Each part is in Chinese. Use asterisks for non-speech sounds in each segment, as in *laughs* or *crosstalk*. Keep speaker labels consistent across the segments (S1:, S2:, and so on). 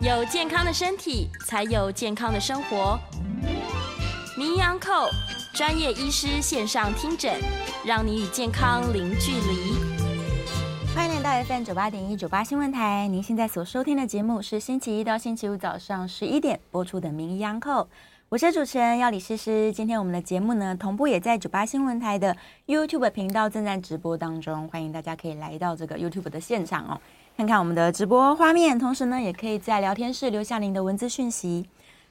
S1: 有健康的身体，才有健康的生活。名医安扣专业医师线上听诊，让你与健康零距离。
S2: 欢迎来到 FM 九八点一九八新闻台。您现在所收听的节目是星期一到星期五早上十一点播出的《名医央叩》，我是主持人要李诗诗。今天我们的节目呢，同步也在九八新闻台的 YouTube 频道正在直播当中，欢迎大家可以来到这个 YouTube 的现场哦，看看我们的直播画面，同时呢，也可以在聊天室留下您的文字讯息。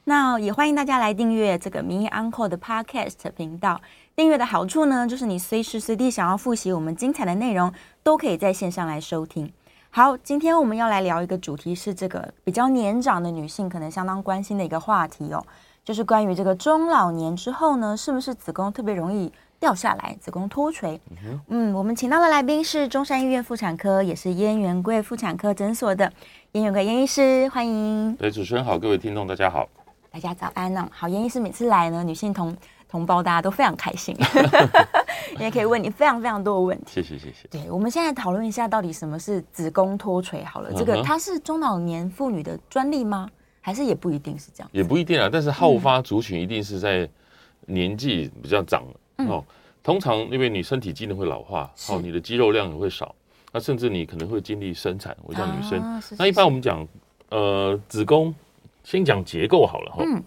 S2: 那也欢迎大家来订阅这个《名医 Uncle》的 Podcast 频道。订阅的好处呢，就是你随时随地想要复习我们精彩的内容，都可以在线上来收听。好，今天我们要来聊一个主题是这个比较年长的女性可能相当关心的一个话题哦，就是关于这个中老年之后呢，是不是子宫特别容易掉下来，子宫脱垂？嗯，我们请到的来宾是中山医院妇产科，也是燕元贵妇产科诊所的燕元贵燕医师，欢迎。
S3: 对，主持人好，各位听众大家好。
S2: 大家早安哦！好，严医师每次来呢，女性同同胞大家都非常开心， *laughs* 因为可以问你非常非常多的问题。
S3: 谢谢谢谢。
S2: 对，我们现在讨论一下到底什么是子宫脱垂好了，这
S3: 嗯
S2: 个
S3: 哼
S2: 它是中老年妇女的专利吗？还是也不一定是这样？
S3: 也不一定啊，但是好
S2: 嗯
S3: 发族群一定是在年纪比较长、哦。通常因为你身体机能会老化，
S2: 嗯是
S3: 哦，你的肌肉量也会少，那甚至你可能会经历生产。我讲女生，
S2: 啊是是
S3: 那一般我们讲呃子宫，先讲结构好了哈。
S2: 嗯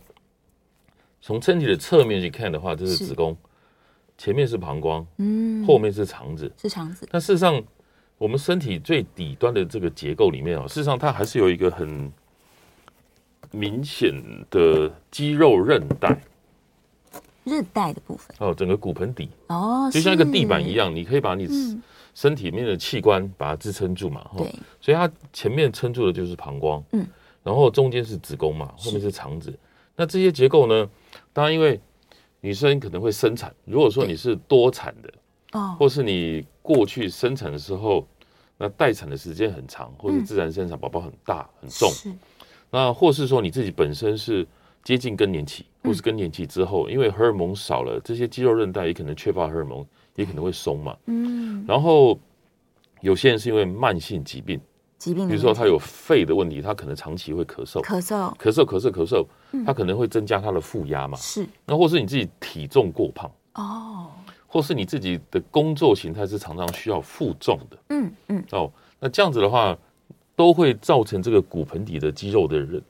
S3: 从身体的侧面去看的话，这是
S2: 是
S3: 子宫，前面是膀胱，
S2: 嗯
S3: 后面是肠子。
S2: 是肠子
S3: 但事实上，我们身体最底端的这个结构里面哦，事实上它还是有一个很明显的肌肉韧带
S2: 韧带的部分
S3: 哦，整个骨盆底
S2: 哦，
S3: 就像一个地板一
S2: 样。
S3: 样，你可以把你
S2: 嗯
S3: 身体里面的器官把它支撑住嘛。哦
S2: 对，
S3: 所以它前面撑住的就是膀胱，
S2: 嗯，
S3: 然后中间是子宫嘛，后面是肠子。那这些结构呢，当然因为女生可能会生产，如果说你是多产的，
S2: 哦，
S3: 或是你过去生产的时候，那待产的时间很长，或是自然生产宝宝很大很重，
S2: 是
S3: 那或是说你自己本身是接近更年期，或是更年期之后，因为荷尔蒙少了，这些肌肉韧带也可能缺乏荷尔蒙，也可能会松嘛。
S2: 嗯，
S3: 然后有些人是因为慢性疾病，
S2: 疾病
S3: 比
S2: 的
S3: 如说
S2: 问题
S3: 他有肺的问题，他可能长期会咳嗽，
S2: 嗯咳嗽
S3: 咳嗽咳嗽咳嗽，他可能会增加他的负压嘛。
S2: 是
S3: 那或是你自己体重过胖，
S2: 哦，
S3: 或是你自己的工作形态是常常需要负重的。
S2: 嗯嗯
S3: 哦，那这样子的话，都会造成这个骨盆底的肌肉的人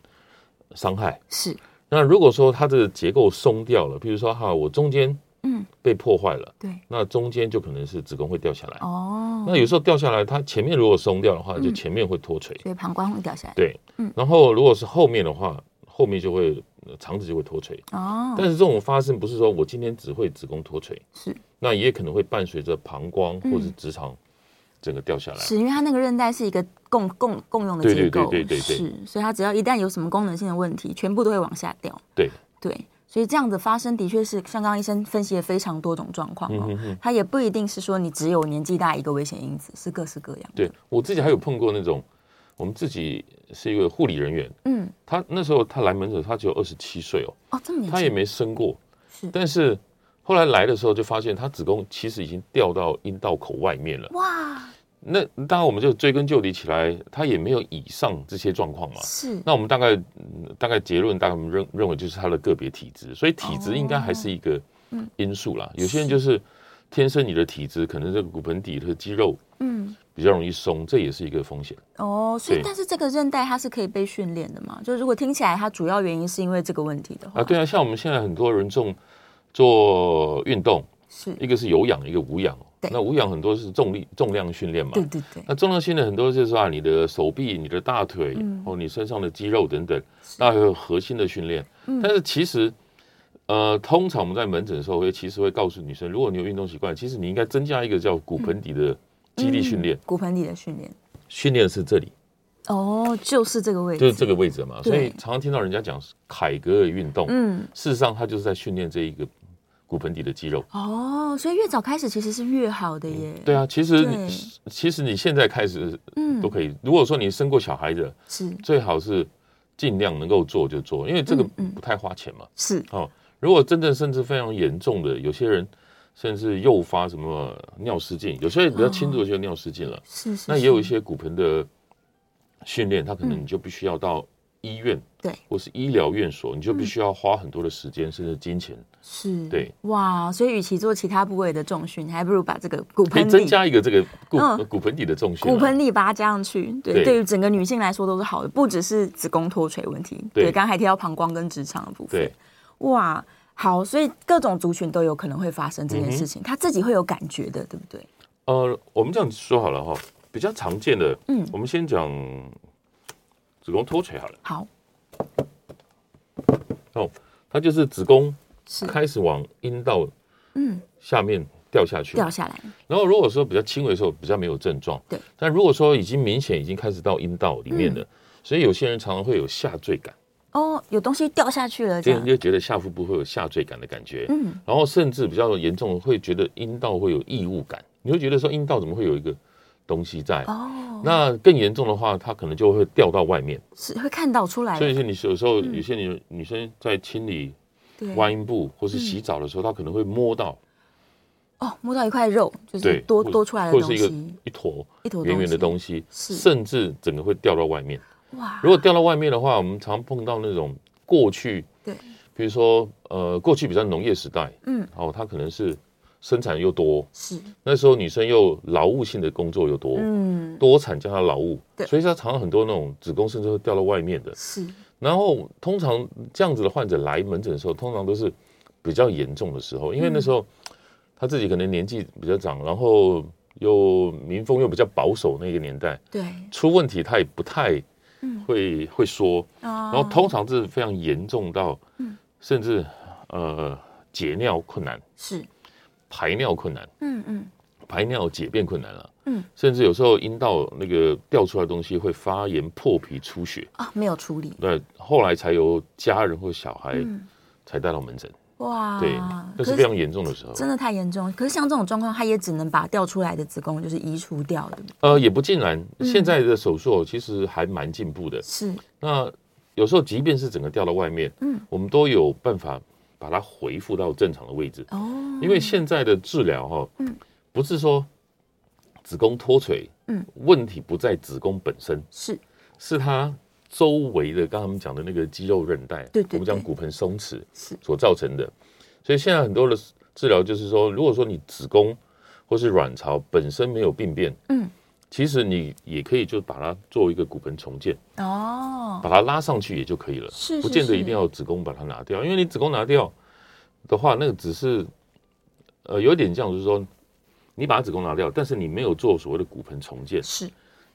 S3: 伤害。
S2: 是
S3: 那如果说它的结构松掉了，比如说哈，我中间
S2: 嗯
S3: 被破坏了，
S2: 对
S3: 那中间就可能是子宫会掉下来。
S2: 哦，
S3: 那有时候掉下来，它前面如果松掉的话，
S2: 嗯
S3: 就前面会脱垂。
S2: 所以膀胱会掉下来
S3: 对
S2: 嗯，
S3: 然后如果是后面的话，后面就会呃肠子就会脱垂。
S2: 哦，
S3: 但是这种发生不是说我今天只会子宫脱垂，
S2: 是
S3: 那也可能会伴随着膀胱
S2: 嗯
S3: 或是直肠整个掉下来。
S2: 是因为它那个韧带是一个共共共用的
S3: 对
S2: 结
S3: 对
S2: 构，
S3: 对对对对
S2: 是，所以它只要一旦有什么功能性的问题，全部都会往下掉。
S3: 对，
S2: 对，所以这样子发生的确是像刚刚医生分析了非常多种状况
S3: 嗯
S2: 哦，
S3: 哼哼。
S2: 它也不一定是说你只有年纪大一个危险因子，是各式各样。
S3: 对，我自己还有碰过那种，我们自己是一个护理人员，
S2: 嗯，
S3: 他那时候他来门诊，他只有二十七岁哦，
S2: 哦，这么年
S3: 他也
S2: 轻，
S3: 没生过，
S2: 是
S3: 但是后来来的时候就发现他子宫其实已经掉到阴道口外面了。
S2: 哇，
S3: 那当然我们就追根究底起来，他也没有以上这些状况嘛。
S2: 是
S3: 那我们大概、嗯大概结论，大概我们认认为就是他的个别体质，所以体质应该还是一个
S2: 嗯
S3: 因素啦。有些人就是天生你的体质，可能这个骨盆底的肌肉
S2: 嗯
S3: 比较容易松，这也是一个风险。
S2: 哦，所以
S3: 对
S2: 但是这个韧带它是可以被训练的嘛？就如果听起来它主要原因是因为这个问题的话，
S3: 啊，对啊，像我们现在很多人重做运动，
S2: 是，
S3: 一个是有氧，一个无氧哦。
S2: 对
S3: 那无氧很多是重力重量训练嘛
S2: 对，对对，
S3: 那重量训练很多就是啊，你的手臂、你的大
S2: 嗯嗯
S3: 腿，哦，你身上的肌肉等等，那还有核心的训练。但是其实呃，通常我们在门诊的时候会其实会告诉女生，如果你有运动习惯，其实你应该增加一个叫骨盆底的肌力训练，
S2: 嗯骨盆底的训练。
S3: 训练是这里，
S2: 哦，就是这个位置，
S3: 就是这个位置嘛。
S2: 对
S3: 所以常常听到人家讲凯格尔运动，
S2: 嗯，
S3: 事实上它就是在训练这一个骨盆底的肌肉。
S2: 哦，所以越早开始其实是越好的耶。
S3: 对啊，其实
S2: 对
S3: 你其实你现在开始
S2: 嗯
S3: 都可以。如果说你生过小孩的，
S2: 是
S3: 最好是尽量能够做就做，因为这个
S2: 嗯嗯
S3: 不太花钱嘛。
S2: 是，
S3: 哦，如果真正甚至非常严重的，有些人甚至诱发什么尿失禁，有些人比较轻度就尿失禁了。
S2: 是是。
S3: 那也有一
S2: 是
S3: 些骨盆的训练，它可能
S2: 嗯
S3: 你就必须要到医院，
S2: 对嗯
S3: 或是医疗院所，你就必须要花很多的时间甚至金钱，
S2: 是，
S3: 对，
S2: 哇，所以与其做其他部位的重训，还不如把这个骨
S3: 可以
S2: 盆
S3: 增
S2: 底、
S3: 加一个这个骨、
S2: 嗯
S3: 骨盆底的重训啊。
S2: 骨盆底把它加上去。对，
S3: 对
S2: 对于整个女性来说都是好的，不只是子宫脱垂问题。
S3: 对
S2: 刚刚还提到膀胱跟直肠的部分。
S3: 对，
S2: 哇，好，所以各种族群都有可能会发生这
S3: 嗯
S2: 件事情，她自己会有感觉的，对不对？
S3: 呃，我们这样子说好了哈，比较常见的，
S2: 嗯
S3: 我们先讲子宫脱垂好了，哦
S2: 好，
S3: 它就是子宫
S2: 是
S3: 开始往阴道
S2: 嗯
S3: 下面掉下去，
S2: 掉下来，
S3: 然后如果说比较轻微的时候，比较没有症状。
S2: 对。嗯
S3: 但如果说已经明显已经开始到阴道里面了，所以有些人常常会有下坠感，
S2: 哦，有东西掉下去了，这
S3: 就
S2: 样，
S3: 就觉得下腹部会有下坠感的感觉。
S2: 嗯，
S3: 然后甚至比较严重，会觉得阴道会有异物感，你会觉得说阴道怎么会有一个东西在？
S2: 哦，
S3: 那更严重的话，它可能就会掉到外面。
S2: 是会看到出来
S3: 所
S2: 的，
S3: 以是你有时候
S2: 嗯
S3: 有些女女生在清理
S2: 对，
S3: 外阴部或是洗澡的时候，她可能会摸到
S2: 哦，摸到一块肉，就是
S3: 对
S2: 多
S3: 或
S2: 多出来的
S3: 或者
S2: 东
S3: 是一个
S2: 西，
S3: 一坨
S2: 一坨
S3: 圆圆的
S2: 西，
S3: 东西，
S2: 是
S3: 甚至整个会掉到外面。
S2: 哇，
S3: 如果掉到外面的话，我们常碰到那种过去，
S2: 对，
S3: 比如说呃，过去比较农业时代，
S2: 嗯，
S3: 哦，它可能是生产又多，
S2: 是，
S3: 那时候女生又劳务性的工作又多，
S2: 嗯，
S3: 多产加上劳务
S2: 对，
S3: 所以她常常很多那种子宫甚至会掉到外面的。
S2: 是，
S3: 然后通常这样子的患者来门诊的时候，通常都是比较严重的时候，因为那时候
S2: 嗯
S3: 她自己可能年纪比较长，然后又民风又比较保守那个年代，
S2: 对，
S3: 出问题她也不太
S2: 嗯
S3: 会会说。
S2: 然
S3: 然后通常是非常严重到
S2: 嗯，
S3: 甚至呃解尿困难、
S2: 是，
S3: 排尿困难、
S2: 嗯嗯，
S3: 排尿解便困难了、
S2: 嗯
S3: 甚至有时候阴道那个掉出来的东西会发炎、破皮、出血。
S2: 啊，没有处理，
S3: 那后来才由家人或小孩
S2: 嗯，啊
S3: 才带到门诊，
S2: 哇，
S3: 对，那是非常严重的时候。
S2: 真的太严重了。可是像这种状况，她也只能把掉出来的子宫就是移除掉，对不对？
S3: 呃，也不尽然，
S2: 嗯
S3: 现在的手术其实还蛮进步的。
S2: 是，
S3: 那有时候即便是整个掉到外面，
S2: 嗯
S3: 我们都有办法把它恢复到正常的位置。
S2: 哦，
S3: 因为现在的治疗哈、
S2: 嗯
S3: 不是说子宫脱垂，
S2: 嗯
S3: 问题不在子宫本身，
S2: 是，
S3: 是它周围的，刚才我们讲的那个肌肉韧带，
S2: 对对
S3: 我们讲
S2: 对
S3: 骨盆松弛
S2: 是
S3: 所造成的。所以现在很多的治疗就是说，如果说你子宫或是卵巢本身没有病变，
S2: 嗯，
S3: 其实你也可以就把它做一个骨盆重建，
S2: 哦，
S3: 把它拉上去也就可以了，
S2: 是
S3: 不
S2: 是
S3: 见得
S2: 是
S3: 一定要子宫把它拿掉，因为你子宫拿掉的话，那个只是呃有点像就是说，你把子宫拿掉，但是你没有做所谓的骨盆重建，
S2: 是，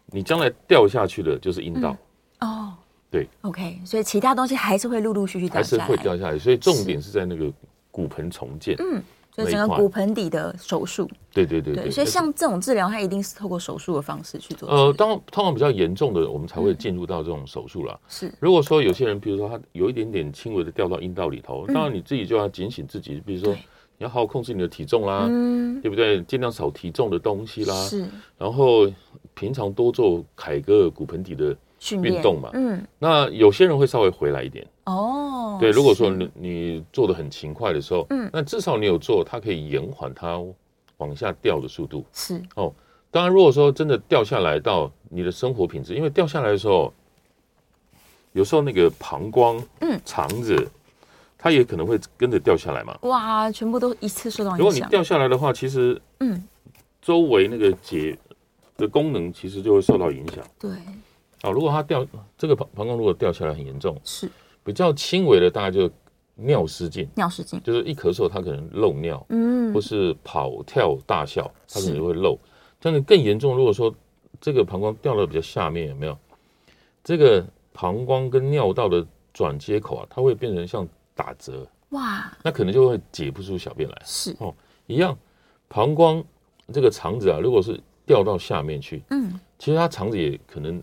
S3: 你将来掉下去的就是阴道，
S2: 哦，
S3: 对
S2: ，OK，所以其他东西还是会陆陆续续掉
S3: 还
S2: 下
S3: 是
S2: 来，
S3: 会掉下来，所以重点是在那个骨盆重建。
S2: 嗯，所以
S3: 那一
S2: 整个
S3: 块
S2: 骨盆底的手术，
S3: 对对对
S2: 对，
S3: 对，
S2: 所以
S3: 那是
S2: 像这种治疗，它一定是透过手术的方式去做治疗。
S3: 呃，当通常比较严重的，我们才
S2: 嗯
S3: 会进入到这种手术啦。
S2: 是
S3: 如果说有些人，比如说他有一点点轻微的掉到阴道里头，当然你自己就要警醒自己，比如说
S2: 嗯对
S3: 你要好好控制你的体重啦，
S2: 嗯，
S3: 对不对？尽量少提重的东西啦，
S2: 是
S3: 然后平常多做凯格尔骨盆底的。
S2: 训练
S3: 运动嘛
S2: 嗯，
S3: 那有些人会稍微回来一点，
S2: 哦，
S3: 对。如果说
S2: 是
S3: 你你做的很勤快的时候，
S2: 嗯
S3: 那至少你有做，它可以延缓它往下掉的速度。
S2: 是
S3: 当然，如果说真的掉下来到你的生活品质，因为掉下来的时候，有时候那个膀胱、
S2: 嗯
S3: 肠子，它也可能会跟着掉下来嘛。
S2: 哇，全部都一次受到
S3: 如果
S2: 哦影
S3: 你
S2: 响，
S3: 掉下来的话，其实
S2: 嗯，
S3: 周围那个结的功能其实就会受到影响
S2: 对，
S3: 啊。如果它掉这个膀膀胱如果掉下来很严重，
S2: 是
S3: 比较轻微的大概就尿失禁，
S2: 尿失禁，
S3: 就是一咳嗽它可能漏尿，
S2: 嗯
S3: 或，是跑跳大笑，它可
S2: 是
S3: 能会漏。但是更严重，如果说这个膀胱掉到比较下面，有没有？这个膀胱跟尿道的转接口啊，它会变成像打折，
S2: 哇，
S3: 那可能就会解不出小便来。
S2: 是，
S3: 一样，膀胱这个肠子啊，如果是掉到下面去，
S2: 嗯，
S3: 其实它肠子也可能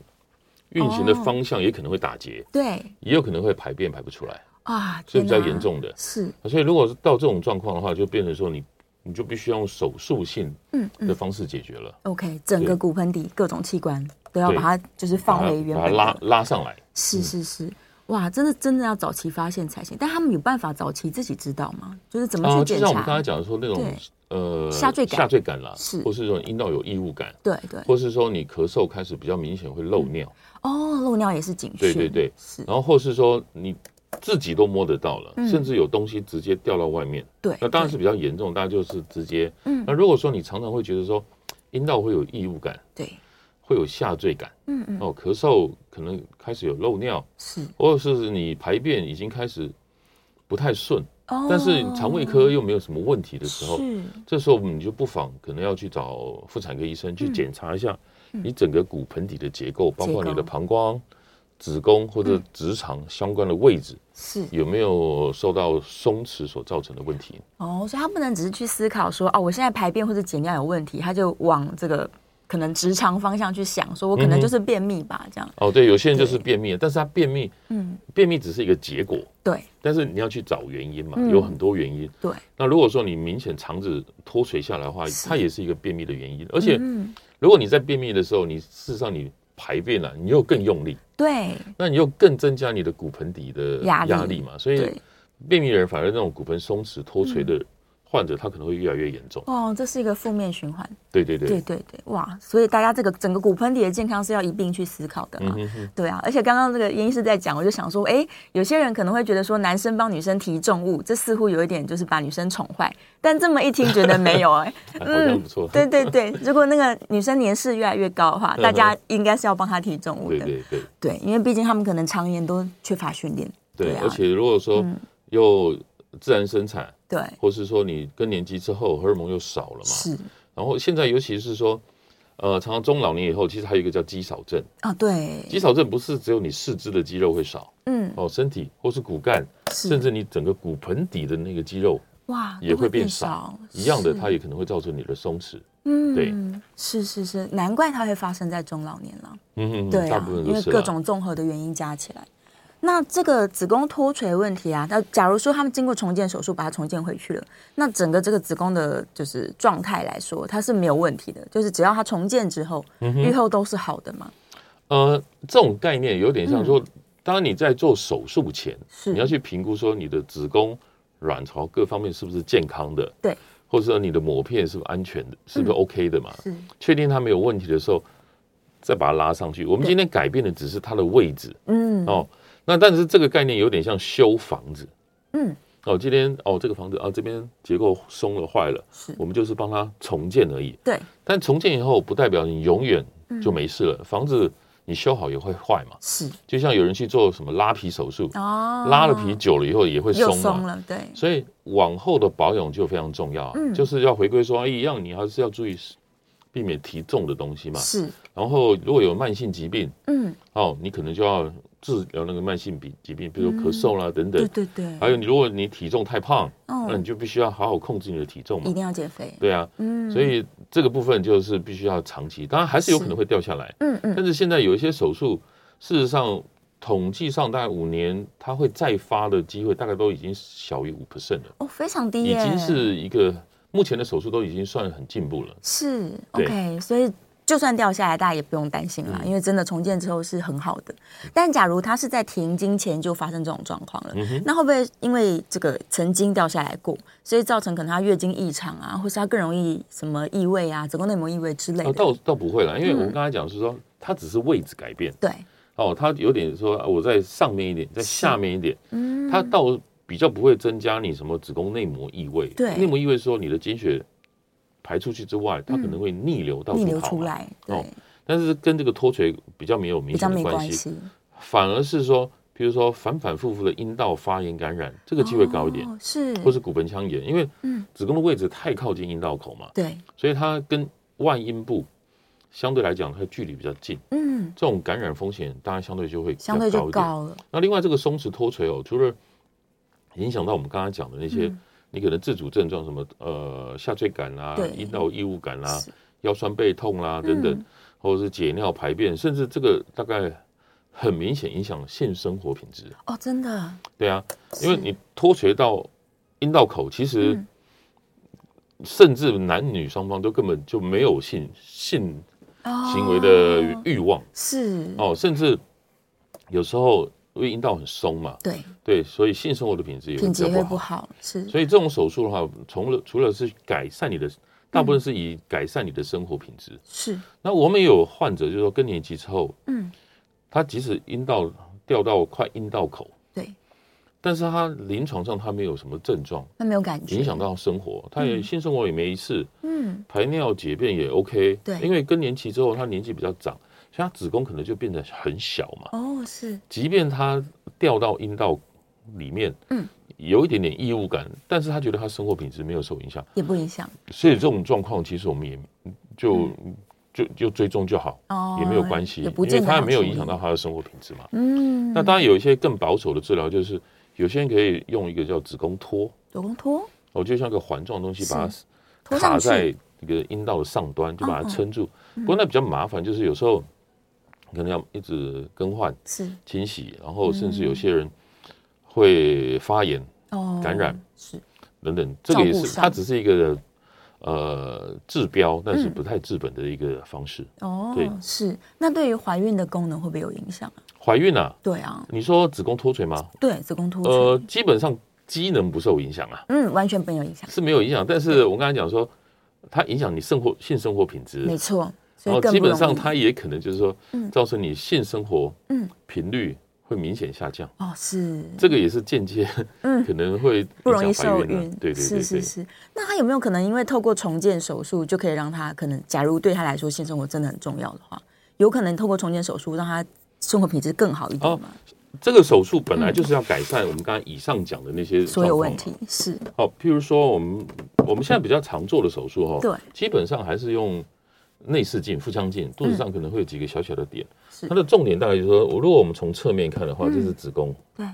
S3: 运行的方
S2: 哦
S3: 向也可能会打结，
S2: 对，
S3: 也有可能会排便排不出来，
S2: 啊，
S3: 所以比较
S2: 天哪
S3: 严，重的。
S2: 是，
S3: 所以如果是到这种状况的话，就变成说你你就必须要用手术性
S2: 嗯
S3: 的
S2: 嗯
S3: 方式解决了，
S2: ，OK，整个
S3: 对
S2: 骨盆底各种器官都要
S3: 对
S2: 把它就是
S3: 把
S2: 放
S3: 它
S2: 回原
S3: 把它
S2: 本
S3: 拉嗯
S2: 的，
S3: 拉上来。
S2: 是是是。哇，真的真的要早期发现才行，但他们有办法早期自己知道吗？就是怎么去
S3: 呃啊就
S2: 检
S3: 像我
S2: 查？
S3: 们刚才讲的说那种
S2: 对
S3: 呃
S2: 下坠感
S3: 下坠感啦，
S2: 是
S3: 或是这种阴道有异物感，
S2: 对对，
S3: 或是说你咳嗽开始比较明显会漏尿，
S2: 哦，漏尿也是警讯，
S3: 对对哦对
S2: 是，
S3: 然后或是说你自己都摸得到了，
S2: 嗯
S3: 甚至有东西直接掉到外面，
S2: 对，
S3: 那当然
S2: 对
S3: 是比较严重，大家就是直接。
S2: 嗯
S3: 那如果说你常常会觉得说阴道会有异物感，
S2: 对，
S3: 会有下坠感，
S2: 嗯嗯，
S3: 哦，咳嗽可能开始有漏尿，
S2: 是，
S3: 或者是你排便已经开始不太顺，
S2: 哦
S3: 但是肠胃科又没有什么问题的时候，
S2: 是
S3: 这时候你就不妨可能要去找妇产科医生
S2: 嗯
S3: 去检查一下你整个骨盆底的结构，包括
S2: 结构
S3: 你的膀胱、子宫或者直肠相关的位置
S2: 是
S3: 有没有受到松弛所造成的问题。
S2: 哦，所以他不能只是去思考说，哦，我现在排便或者解尿有问题，他就往这个可能直肠方向去想，说我可能
S3: 嗯哼
S2: 就是便秘吧，这样，
S3: 哦，对，有些人
S2: 对
S3: 就是便秘，但是他便秘，
S2: 嗯，
S3: 便秘只是一个结果，
S2: 对
S3: 但是你要去找原因嘛，
S2: 嗯
S3: 有很多原因。
S2: 对，
S3: 那如果说你明显肠子脱水下来的话，
S2: 是
S3: 它也是一个便秘的原因。而且，
S2: 嗯，
S3: 如果你在便秘的时候，你事实上你排便了、你又更用力，
S2: 对
S3: 那你又更增加你的骨盆底的
S2: 压力
S3: 压力嘛，所以
S2: 对，嗯
S3: 便秘人反而那种骨盆松弛脱垂的患者，他可能会越来越严重。
S2: 哦，这是一个负面循环，
S3: 对对
S2: 对
S3: 对，
S2: 对对，哇，所以大家这个整个骨盆底的健康是要一并去思考的
S3: 嗯
S2: 嘛。
S3: 哼哼，
S2: 对啊，而且刚刚这个严医师在讲，我就想说，哎，有些人可能会觉得说，男生帮女生提重物，这似乎有一点就是把女生宠坏，但这么一听觉得没有哎、
S3: 哎 *laughs* 好像不错。
S2: 对对对，如果那个女生年事越来越高的话，
S3: 嗯哼
S2: 大家应该是要帮她提重物的，
S3: 对对对
S2: 对因为毕竟他们可能常年都缺乏训练，
S3: 对，
S2: 啊
S3: 而且如果说又自然生产，
S2: 对
S3: 或是说你更年期之后荷尔蒙又少了嘛，
S2: 是
S3: 然后现在尤其是说，呃，常常中老年以后，其实还有一个叫肌少症。
S2: 啊，对，
S3: 肌少症不是只有你四肢的肌肉会少
S2: 嗯，
S3: 哦，身体或是骨干，甚
S2: 是
S3: 至你整个骨盆底的那个肌肉
S2: 哇
S3: 也会变少，一样的，它
S2: 也
S3: 也可能会造成你的松弛。
S2: 嗯
S3: 对，
S2: 是是是，难怪它会发生在中老年了，
S3: 嗯哼哼，
S2: 对
S3: 大
S2: 啊
S3: 部分，
S2: 因
S3: 都
S2: 为
S3: 是
S2: 各
S3: 啦
S2: 种综合的原因加起来。那这个子宫脱垂问题啊，那假如说他们经过重建手术把它重建回去了，那整个这个子宫的就是状态来说，它是没有问题的，就是只要它重建之后，
S3: 嗯
S2: 愈后都是好的嘛。
S3: 呃，这种概念有点
S2: 嗯
S3: 像说，当你在做手术前，
S2: 是
S3: 你要去评估说你的子宫、卵巢各方面是不是健康的，
S2: 对，
S3: 或者说你的膜片是不是安全的，是不是
S2: 嗯
S3: OK 的嘛？
S2: 是
S3: 确定它没有问题的时候，再把它拉上去。我们
S2: 对
S3: 今天改变的只是它的位置
S2: 嗯，
S3: 哦。那但是这个概念有点像修房子，
S2: 嗯，
S3: 哦，今天哦这个房子啊这边结构松了坏了，
S2: 是
S3: 我们就是帮它重建而已。
S2: 对，
S3: 但重建以后不代表你永远
S2: 嗯
S3: 就没事了，房子你修好也会坏嘛。
S2: 是
S3: 就像有人去做什么拉皮手术，
S2: 哦，
S3: 拉了皮久了以后也会
S2: 又
S3: 松
S2: 松
S3: 嘛。
S2: 了，对，
S3: 所以往后的保养就非常重要啊，
S2: 嗯
S3: 就是要回归说，哎一样你还是要注意避免提重的东西嘛。
S2: 是，
S3: 然后如果有慢性疾病
S2: 嗯，
S3: 哦，你可能就要治疗那个慢性疾疾病，比如说咳嗽啦、等
S2: 嗯对
S3: 等。
S2: 对对，
S3: 还有你如果你体重太胖，那你
S2: 嗯，
S3: 就必须要好好控制你的体重
S2: 一
S3: 嘛。
S2: 定要减肥，
S3: 对啊，
S2: 嗯，
S3: 所以这个部分就是必须要长期，当然还是有可能会掉下来。
S2: 嗯嗯，
S3: 但是现在有一些手术，事实上统计上大概五年，它会再发的机会大概都已经小于五 percent 了，
S2: 哦，非常低
S3: 已
S2: 耶，
S3: 经是一个目前的手术都已经算很进步了。
S2: 是
S3: 对嗯
S2: OK，所以就算掉下来，大家也不用担心啦，因为真的重建之后是很好的。但假如它是在停经前就发生这种状况了，
S3: 嗯
S2: 那会不会因为这个曾经掉下来过，所以造成可能她月经异常啊，或是她更容易什么异味啊、子宫内膜异味之类
S3: 啊，
S2: 的？
S3: 倒倒不会啦，因为我刚才讲是说，它只是位置改变
S2: 对，
S3: 哦，它有点说啊我在上面一点，在下面一点，
S2: 嗯，
S3: 它倒比较不会增加你什么子宫内膜异味。
S2: 对
S3: 内膜异味是说你的经血排出去之外，它可能会逆流到
S2: 嗯逆
S3: 处
S2: 流
S3: 跑
S2: 出
S3: 嘛，
S2: 来，对，
S3: 哦但是跟这个脱垂比较没有明
S2: 比较
S3: 显
S2: 没
S3: 的关
S2: 关
S3: 系。
S2: 系，
S3: 反而是说，比如说反反复复的阴道发炎感染，这个机会高一点，
S2: 哦、是，
S3: 或是骨盆腔炎，因为
S2: 嗯
S3: 子宫的位置太靠近阴道口嘛，
S2: 对，
S3: 所以它跟外阴部相对来讲，它距离比较近，
S2: 嗯，
S3: 这种感染风险当然相对就会比较
S2: 相对就
S3: 高一点。
S2: 高了，
S3: 那另外这个松弛脱垂哦，除了影响到我们刚刚讲的那些，
S2: 嗯
S3: 你可能自主症状什么呃下坠感啦、
S2: 对
S3: 阴道异物感啦、
S2: 是
S3: 腰酸背痛啦、等等，
S2: 嗯
S3: 或者是解尿排便，甚至这个大概很明显影响性生活品质。
S2: 哦，真的，
S3: 对啊，
S2: 是
S3: 因为你脱垂到阴道口，其实
S2: 嗯
S3: 甚至男女双方都根本就没有性性行为的
S2: 哦
S3: 欲望
S2: 是
S3: 哦甚至有时候因为阴道很松嘛，
S2: 对，
S3: 对，所以性生活的品质也会
S2: 品
S3: 比
S2: 质
S3: 较
S2: 也会
S3: 不
S2: 不
S3: 好。
S2: 好，是
S3: 所以这种手术的话，除了除了是改善你的，大
S2: 嗯
S3: 部分是以改善你的生活品质。
S2: 是，
S3: 那我们也有患者就是说更年期之后，
S2: 嗯，
S3: 他即使阴道掉到快阴道口，
S2: 对，
S3: 但是他临床上他没有什么症状。
S2: 那没有感觉，
S3: 影响，到生活，他也
S2: 嗯
S3: 性生活也没事，
S2: 嗯，
S3: 排尿解便也 OK。
S2: 对
S3: 因为更年期之后，他年纪比较长，所以他子宫可能就变得很小嘛。
S2: 哦，是
S3: 即便他掉到阴道里面，
S2: 嗯，
S3: 有一点点异物感，但是他觉得他生活品质没有受影响，
S2: 也不影响
S3: 所以这种状况其实我们也就、就就追踪就好，
S2: 嗯哦，
S3: 也没有关系，
S2: 也不
S3: 因为
S2: 见得
S3: 他也
S2: 好
S3: 没有
S2: 处
S3: 影响
S2: 理
S3: 到，他的生活品质嘛。
S2: 嗯，
S3: 那当然有一些更保守的治疗，就是有些人可以用一个叫子宫托，
S2: 子宫托
S3: 哦，就像个环状的东西，
S2: 是
S3: 把它
S2: 托
S3: 卡
S2: 上
S3: 在
S2: 去，
S3: 一个阴道的上端，就把
S2: 嗯
S3: 它
S2: 嗯
S3: 撑住。不过那比较麻烦，就是有时候可能要一直更换、
S2: 是
S3: 清洗，然后
S2: 嗯
S3: 甚至有些人会发炎
S2: 哦，
S3: 感染
S2: 是
S3: 等等。这个也
S2: 照顾
S3: 是，
S2: 上
S3: 它只是一个呃治标，但是
S2: 嗯
S3: 不太治本的一个方式。
S2: 哦
S3: 对，
S2: 是。那对于怀孕的功能会不会有影响啊？
S3: 怀孕啊，
S2: 对啊，
S3: 你说子宫脱垂吗？
S2: 对，子宫脱垂，
S3: 呃，基本上机能不受影响啊，
S2: 嗯，完全没有影响，
S3: 是没有影响。但是我刚才讲说，它影响你生活性生活品质，啊
S2: 没错，所
S3: 然后
S2: 以更
S3: 哦基
S2: 不
S3: 本
S2: 容
S3: 上
S2: 易
S3: 它也可能就是说
S2: 嗯，
S3: 造成你性生活
S2: 嗯
S3: 频率会明显下降，
S2: 哦是
S3: 这个也是间接
S2: 嗯
S3: *laughs* 可能会影响
S2: 不容易
S3: 怀
S2: 受
S3: 孕啊
S2: 孕，
S3: 对对对
S2: 是是
S3: 对，
S2: 是。那他有没有可能因为透过重建手术就可以让他可能，假如对他来说性生活真的很重要的话，有可能透过重建手术让他生活品质更好一
S3: 哦
S2: 点吗？
S3: 这个手术本来就是要改善我们刚才以上讲的那些
S2: 嗯所有
S3: 状况
S2: 问
S3: 嘛。
S2: 题是
S3: 好，譬如说我们我们现在比较常做的手术哈，
S2: 对，
S3: 基本上还是用内视镜、腹腔
S2: 嗯
S3: 镜，肚子上可能会有几个小小的点。
S2: 是
S3: 它的重点大概就是说，我如果我们从侧面看的话，
S2: 嗯
S3: 这是子宫。
S2: 对
S3: 那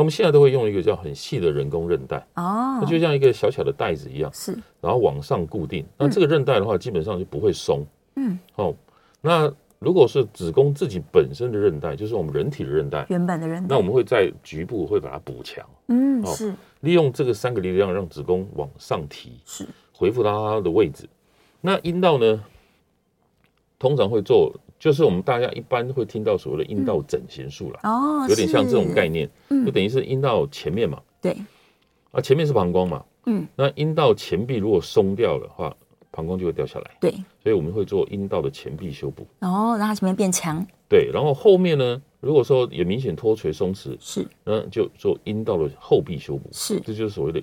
S3: 我们现在都会用一个叫很细的人工韧带，
S2: 哦
S3: 它，就像一个小小的带子一样。
S2: 是
S3: 然后往上固定。那这个韧带的话，基本上就不会松。
S2: 嗯，
S3: 哦，那如果是子宫自己本身的韧带，就是我们人体的韧带，
S2: 原本的人
S3: 那我们会在局部会把它补强，
S2: 嗯
S3: 哦
S2: 是
S3: 利用这个三个力量让子宫往上提，
S2: 是
S3: 恢复到它的位置。那阴道呢，通常会做，就是我们大家一般会听到所谓的阴道整形术啦，
S2: 哦，
S3: 有点像这种概
S2: 念，
S3: 念，
S2: 嗯
S3: 就等于是阴道前面嘛，
S2: 对
S3: 啊，前面是膀胱嘛，
S2: 嗯，
S3: 那阴道前壁如果松掉的话，膀胱就会掉下来。
S2: 对，
S3: 所以我们会做阴道的前壁修补。
S2: 然后让他前面变强
S3: 对，然后后面呢，如果说也明显脱垂松弛，
S2: 是
S3: 那就做阴道的后壁修补，
S2: 是
S3: 这就是所谓的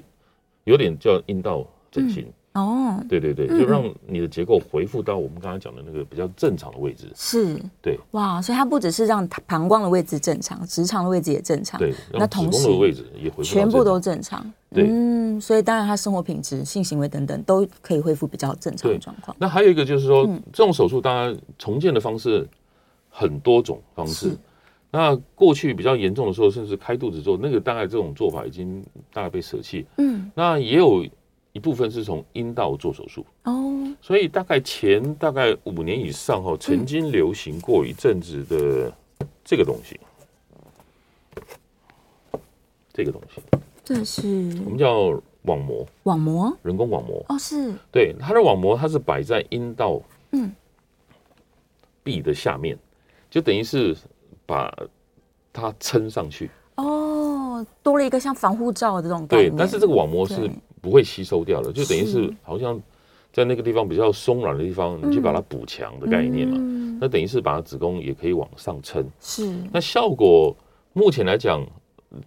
S3: 有点叫阴道整形。
S2: 哦
S3: 对对对，
S2: 嗯
S3: 就让你的结构恢复到我们刚才讲的那个比较正常的位置。
S2: 是
S3: 对
S2: 哇，所以它不只是让膀胱的位置正常，直肠的位置也正常，
S3: 对，
S2: 啊那
S3: 让子
S2: 同
S3: 宫
S2: 时
S3: 的位置也恢复到
S2: 全部
S3: 正
S2: 都
S3: 常
S2: 正常。
S3: 对
S2: 嗯，所以当然他生活品质、性行为等等都可以恢复比较正常的
S3: 对
S2: 状况。
S3: 那还有一个就是说，
S2: 嗯
S3: 这种手术当然重建的方式很多种方式
S2: 是。
S3: 那过去比较严重的时候，甚至开肚子做那个，大概这种做法已经大概被舍弃。
S2: 嗯，
S3: 那也有一部分是从阴道做手术，
S2: 哦，
S3: 所以大概前大概五年以上哦，曾经流行过一阵子的这个东西，这个东西
S2: 这是
S3: 我们叫网膜，
S2: 网膜
S3: 人工网膜。
S2: 哦，是
S3: 对，它的网膜它是摆在阴道
S2: 嗯
S3: 壁的下面，就等于是把它撑上去。
S2: 哦，多了一个像防护罩的这种概
S3: 对
S2: 念。，
S3: 但是这个网膜是
S2: 对
S3: 不会吸收掉的，就等于是
S2: 是
S3: 好像在那个地方比较松软的地方，你去把它补强的概念嘛。
S2: 嗯
S3: 那等于是把子宫也可以往上撑。
S2: 是
S3: 那效果目前来讲，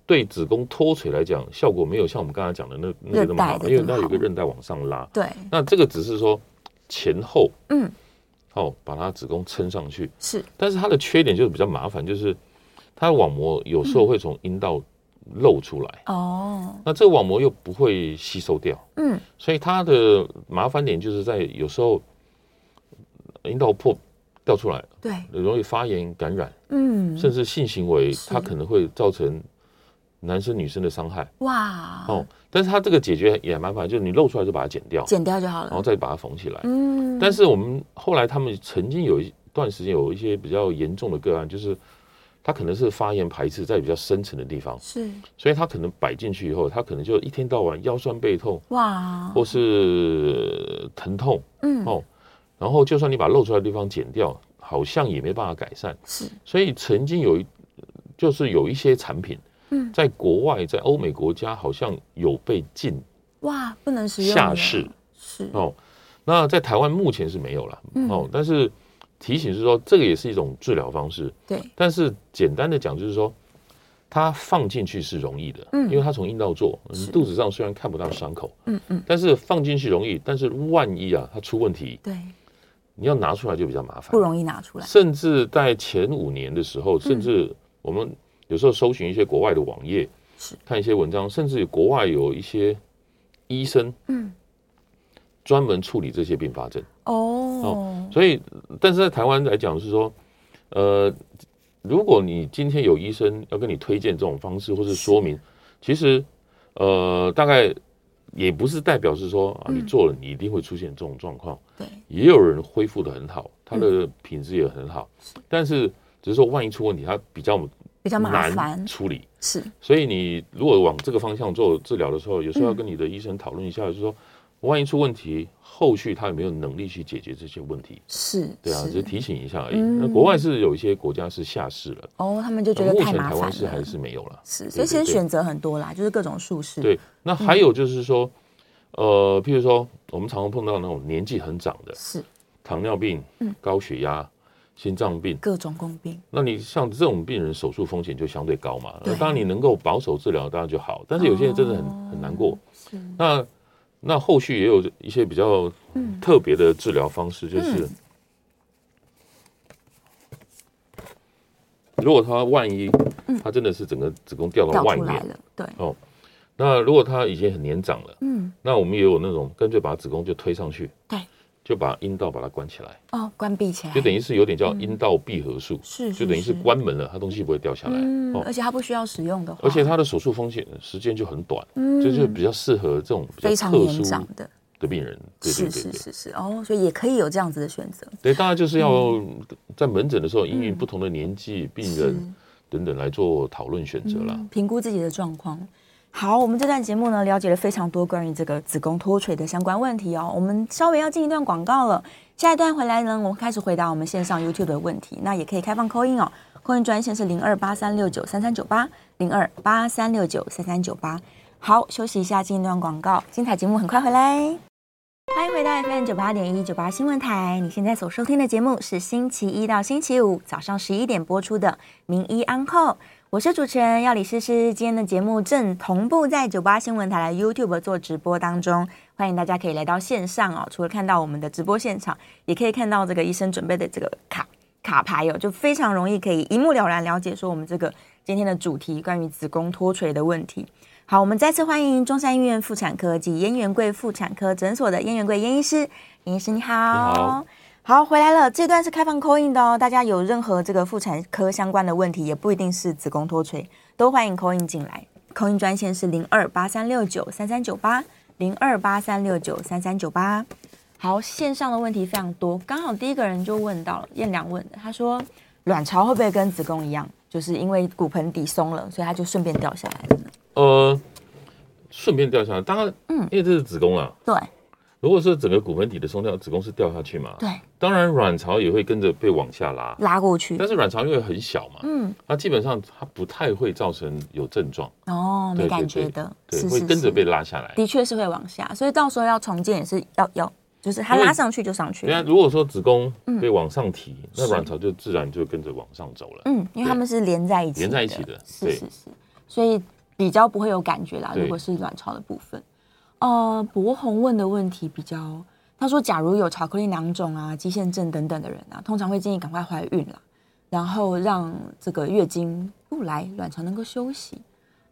S3: 对子宫脱垂来讲，效果没有像我们刚才讲的那那个那么
S2: 韧带
S3: 好，
S2: 的
S3: 因为
S2: 这么
S3: 它有
S2: 好
S3: 个韧带往上拉。
S2: 对，
S3: 那这个只是说前后
S2: 嗯，
S3: 哦，把它子宫撑上去。
S2: 是
S3: 但是它的缺点就是比较麻烦，就是它的网膜有时候会从阴道露出来，
S2: 哦，
S3: 那这个网膜又不会吸收掉，
S2: 嗯，
S3: 所以它的麻烦点就是在有时候阴道破掉出来，
S2: 对，
S3: 容易发炎感染，
S2: 嗯，
S3: 甚至性行为
S2: 是
S3: 它可能会造成男生女生的伤害
S2: 哇，
S3: 哦。但是它这个解决也蛮麻烦，就是你露出来就把它剪掉，
S2: 啊剪掉就好
S3: 然后
S2: 了。
S3: 再把它缝起来。
S2: 嗯，
S3: 哦但是我们后来他们曾经有一段时间有一些比较严重的个案，就是他可能是发炎排斥在比较深层的地方，
S2: 是
S3: 所以他可能摆进去以后，他可能就一天到晚腰酸背痛
S2: 哦哇，
S3: 或是疼痛
S2: 嗯，
S3: 哦，然后就算你把露出来的地方剪掉，好像也没办法改善。
S2: 是
S3: 所以曾经有一就是有一些产品
S2: 嗯，
S3: 在国外在欧美国家好像有被禁
S2: 哇，不能使用
S3: 下
S2: 了
S3: 市
S2: 是
S3: 哦，那在台湾目前是没有了
S2: 嗯
S3: 哦，但是提醒是说这个也是一种治疗方式，
S2: 对，
S3: 但是简单的讲就是说，它放进去是容易的，
S2: 嗯
S3: 因为它从阴道做，你
S2: 是
S3: 肚子上虽然看不到伤口，
S2: 嗯嗯，
S3: 但是放进去容易，但是万一啊它出问题，
S2: 对，
S3: 你要拿出来就比较麻烦
S2: 不，容易拿出来。嗯
S3: 甚至在前五年的时候，甚至我们有时候搜寻一些国外的网页
S2: 是，
S3: 看一些文章，甚至国外有一些医生
S2: 嗯，
S3: 专门处理这些并发症。
S2: 哦，
S3: 所以，但是在台湾来讲是说，呃，如果你今天有医生要跟你推荐这种方式或是说明，其实呃，大概也不是代表是说啊，
S2: 嗯
S3: 你做了你一定会出现这种状况。
S2: 对，
S3: 也有人恢复的很
S2: 嗯
S3: 好，他的品质也很好，但是只是说万一出问题，它比较
S2: 比较麻
S3: 难
S2: 烦，
S3: 处理。
S2: 是
S3: 所以你如果往这个方向做治疗的时候，有时候要跟你的医生讨论一下，就是说万一出问题，后续他有没有能力去解决这些问题？
S2: 是，
S3: 对啊，只是
S2: 是
S3: 提醒一下而已。
S2: 嗯
S3: 那国外是有一些国家是下市了，
S2: 哦，他们就觉
S3: 那
S2: 得
S3: 呃目
S2: 太
S3: 前
S2: 麻
S3: 台
S2: 烦
S3: 湾是还
S2: 了，
S3: 是没有了。
S2: 是，
S3: 对
S2: 所以其
S3: 对
S2: 实
S3: 对
S2: 选择很多啦，就是嗯各种术式，，
S3: 对，那还有就是说，呃，譬如说我们常常碰到那种年纪很长的
S2: 是
S3: 糖尿病、
S2: 嗯
S3: 高血压、心脏病。
S2: 各种共病，
S3: 那你像这种病人，手术风险就相对高嘛。
S2: 对
S3: 那当然你能够保守治疗，当然就好。但是有些人真的很、
S2: 哦
S3: 很难过。
S2: 是
S3: 那那后续也有一些比较
S2: 嗯
S3: 特别的治疗方式，就是、
S2: 嗯
S3: 如果他万一他真的是整个子宫掉到
S2: 嗯掉
S3: 外
S2: 出来
S3: 面，哦
S2: 了，对，
S3: 那如果他已经很年长了，
S2: 嗯，
S3: 那我们也有那种干脆把子宫就推上去，
S2: 对，
S3: 就把阴道把它关起来，
S2: 哦，关闭起来，
S3: 就等于是有点叫
S2: 嗯
S3: 阴道闭合术，
S2: 是，
S3: 就等于是关门了，它东西不会掉下来。
S2: 嗯，
S3: 哦
S2: 而且它不需要使用的话，
S3: 而且它的手术风险时间就很短，
S2: 嗯
S3: 这就比较适合这种比较
S2: 非常
S3: 特
S2: 年
S3: 殊
S2: 长的，
S3: 的病人。对对
S2: 是
S3: 对
S2: 是
S3: 对，
S2: 是是，哦，所以也可以有这样子的选择，
S3: 对，大家就是要
S2: 嗯
S3: 在门诊的时候，因为不同的年纪、病人等等来做讨论选择啦
S2: 嗯。评估自己的状况。好，我们这段节目呢，了解了非常多关于这个子宫脱垂的相关问题哦。我们稍微要进一段广告了，下一段回来呢，我们开始回答我们线上 YouTube 的问题。那也可以开放 call in 哦，call in 专线是零二八三六九三三九八零二八三六九三三九八。好，休息一下，进一段广告，精彩节目很快回来。欢迎回到 FM 九八点一九八新闻台，你现在所收听的节目是星期一到星期五早上十一点播出的《名医安扣》，我是主持人要李诗诗。今天的节目正同步在九八新闻台的 YouTube 做直播当中，欢迎大家可以来到线上哦。除了看到我们的直播现场，也可以看到这个医生准备的这个卡卡牌哦，就非常容易可以一目了然了解说我们这个今天的主题关于子宫脱垂的问题。好，我们再次欢迎中山医院妇产科及燕园贵妇产科诊所的燕园贵燕医师，燕医师你好。
S3: 你好
S2: 好回来了。这段是开放 call in 的哦，大家有任何这个妇产科相关的问题，也不一定是子宫脱垂，都欢迎 call in 进来。call in 专线是零二八三六九三三九八零二八三六九三三九八。好，线上的问题非常多，刚好第一个人就问到了，燕良问的，他说卵巢会不会跟子宫一样，就是因为骨盆底松了，所以它就顺便掉下来了呢？
S3: 呃，顺便掉下来，当然，
S2: 嗯
S3: 因为这是子宫啊。
S2: 对
S3: 如果是整个骨盆底的松掉，子宫是掉下去嘛？
S2: 对，
S3: 当然，卵巢也会跟着被往下拉，
S2: 拉过去
S3: 但，是卵巢因为很小嘛，
S2: 嗯，
S3: 它基本上它不太会造成有症状，
S2: 哦，没
S3: 对
S2: 感
S3: 对
S2: 觉的，
S3: 对，
S2: 是
S3: 会
S2: 是
S3: 跟着
S2: 是
S3: 被拉下来。
S2: 的确是会往下，所以到时候要重建也是要要，就是它
S3: 因为
S2: 拉上去就上去
S3: 对啊，
S2: 了。
S3: 如果说子宫被往上提，
S2: 嗯
S3: 那
S2: 是
S3: 卵巢就自然就跟着往上走了。
S2: 嗯，因为它们是连在一起，
S3: 连在一起的
S2: 是
S3: 对
S2: 是是，所以比较不会有感觉啦。
S3: 对
S2: 如果是卵巢的部分，呃，博宏问的问题比较，他说假如有巧克力囊肿啊、肌腺症等等的人啊，通常会建议赶快怀孕啦，然后让这个月经不来，卵巢能够休息。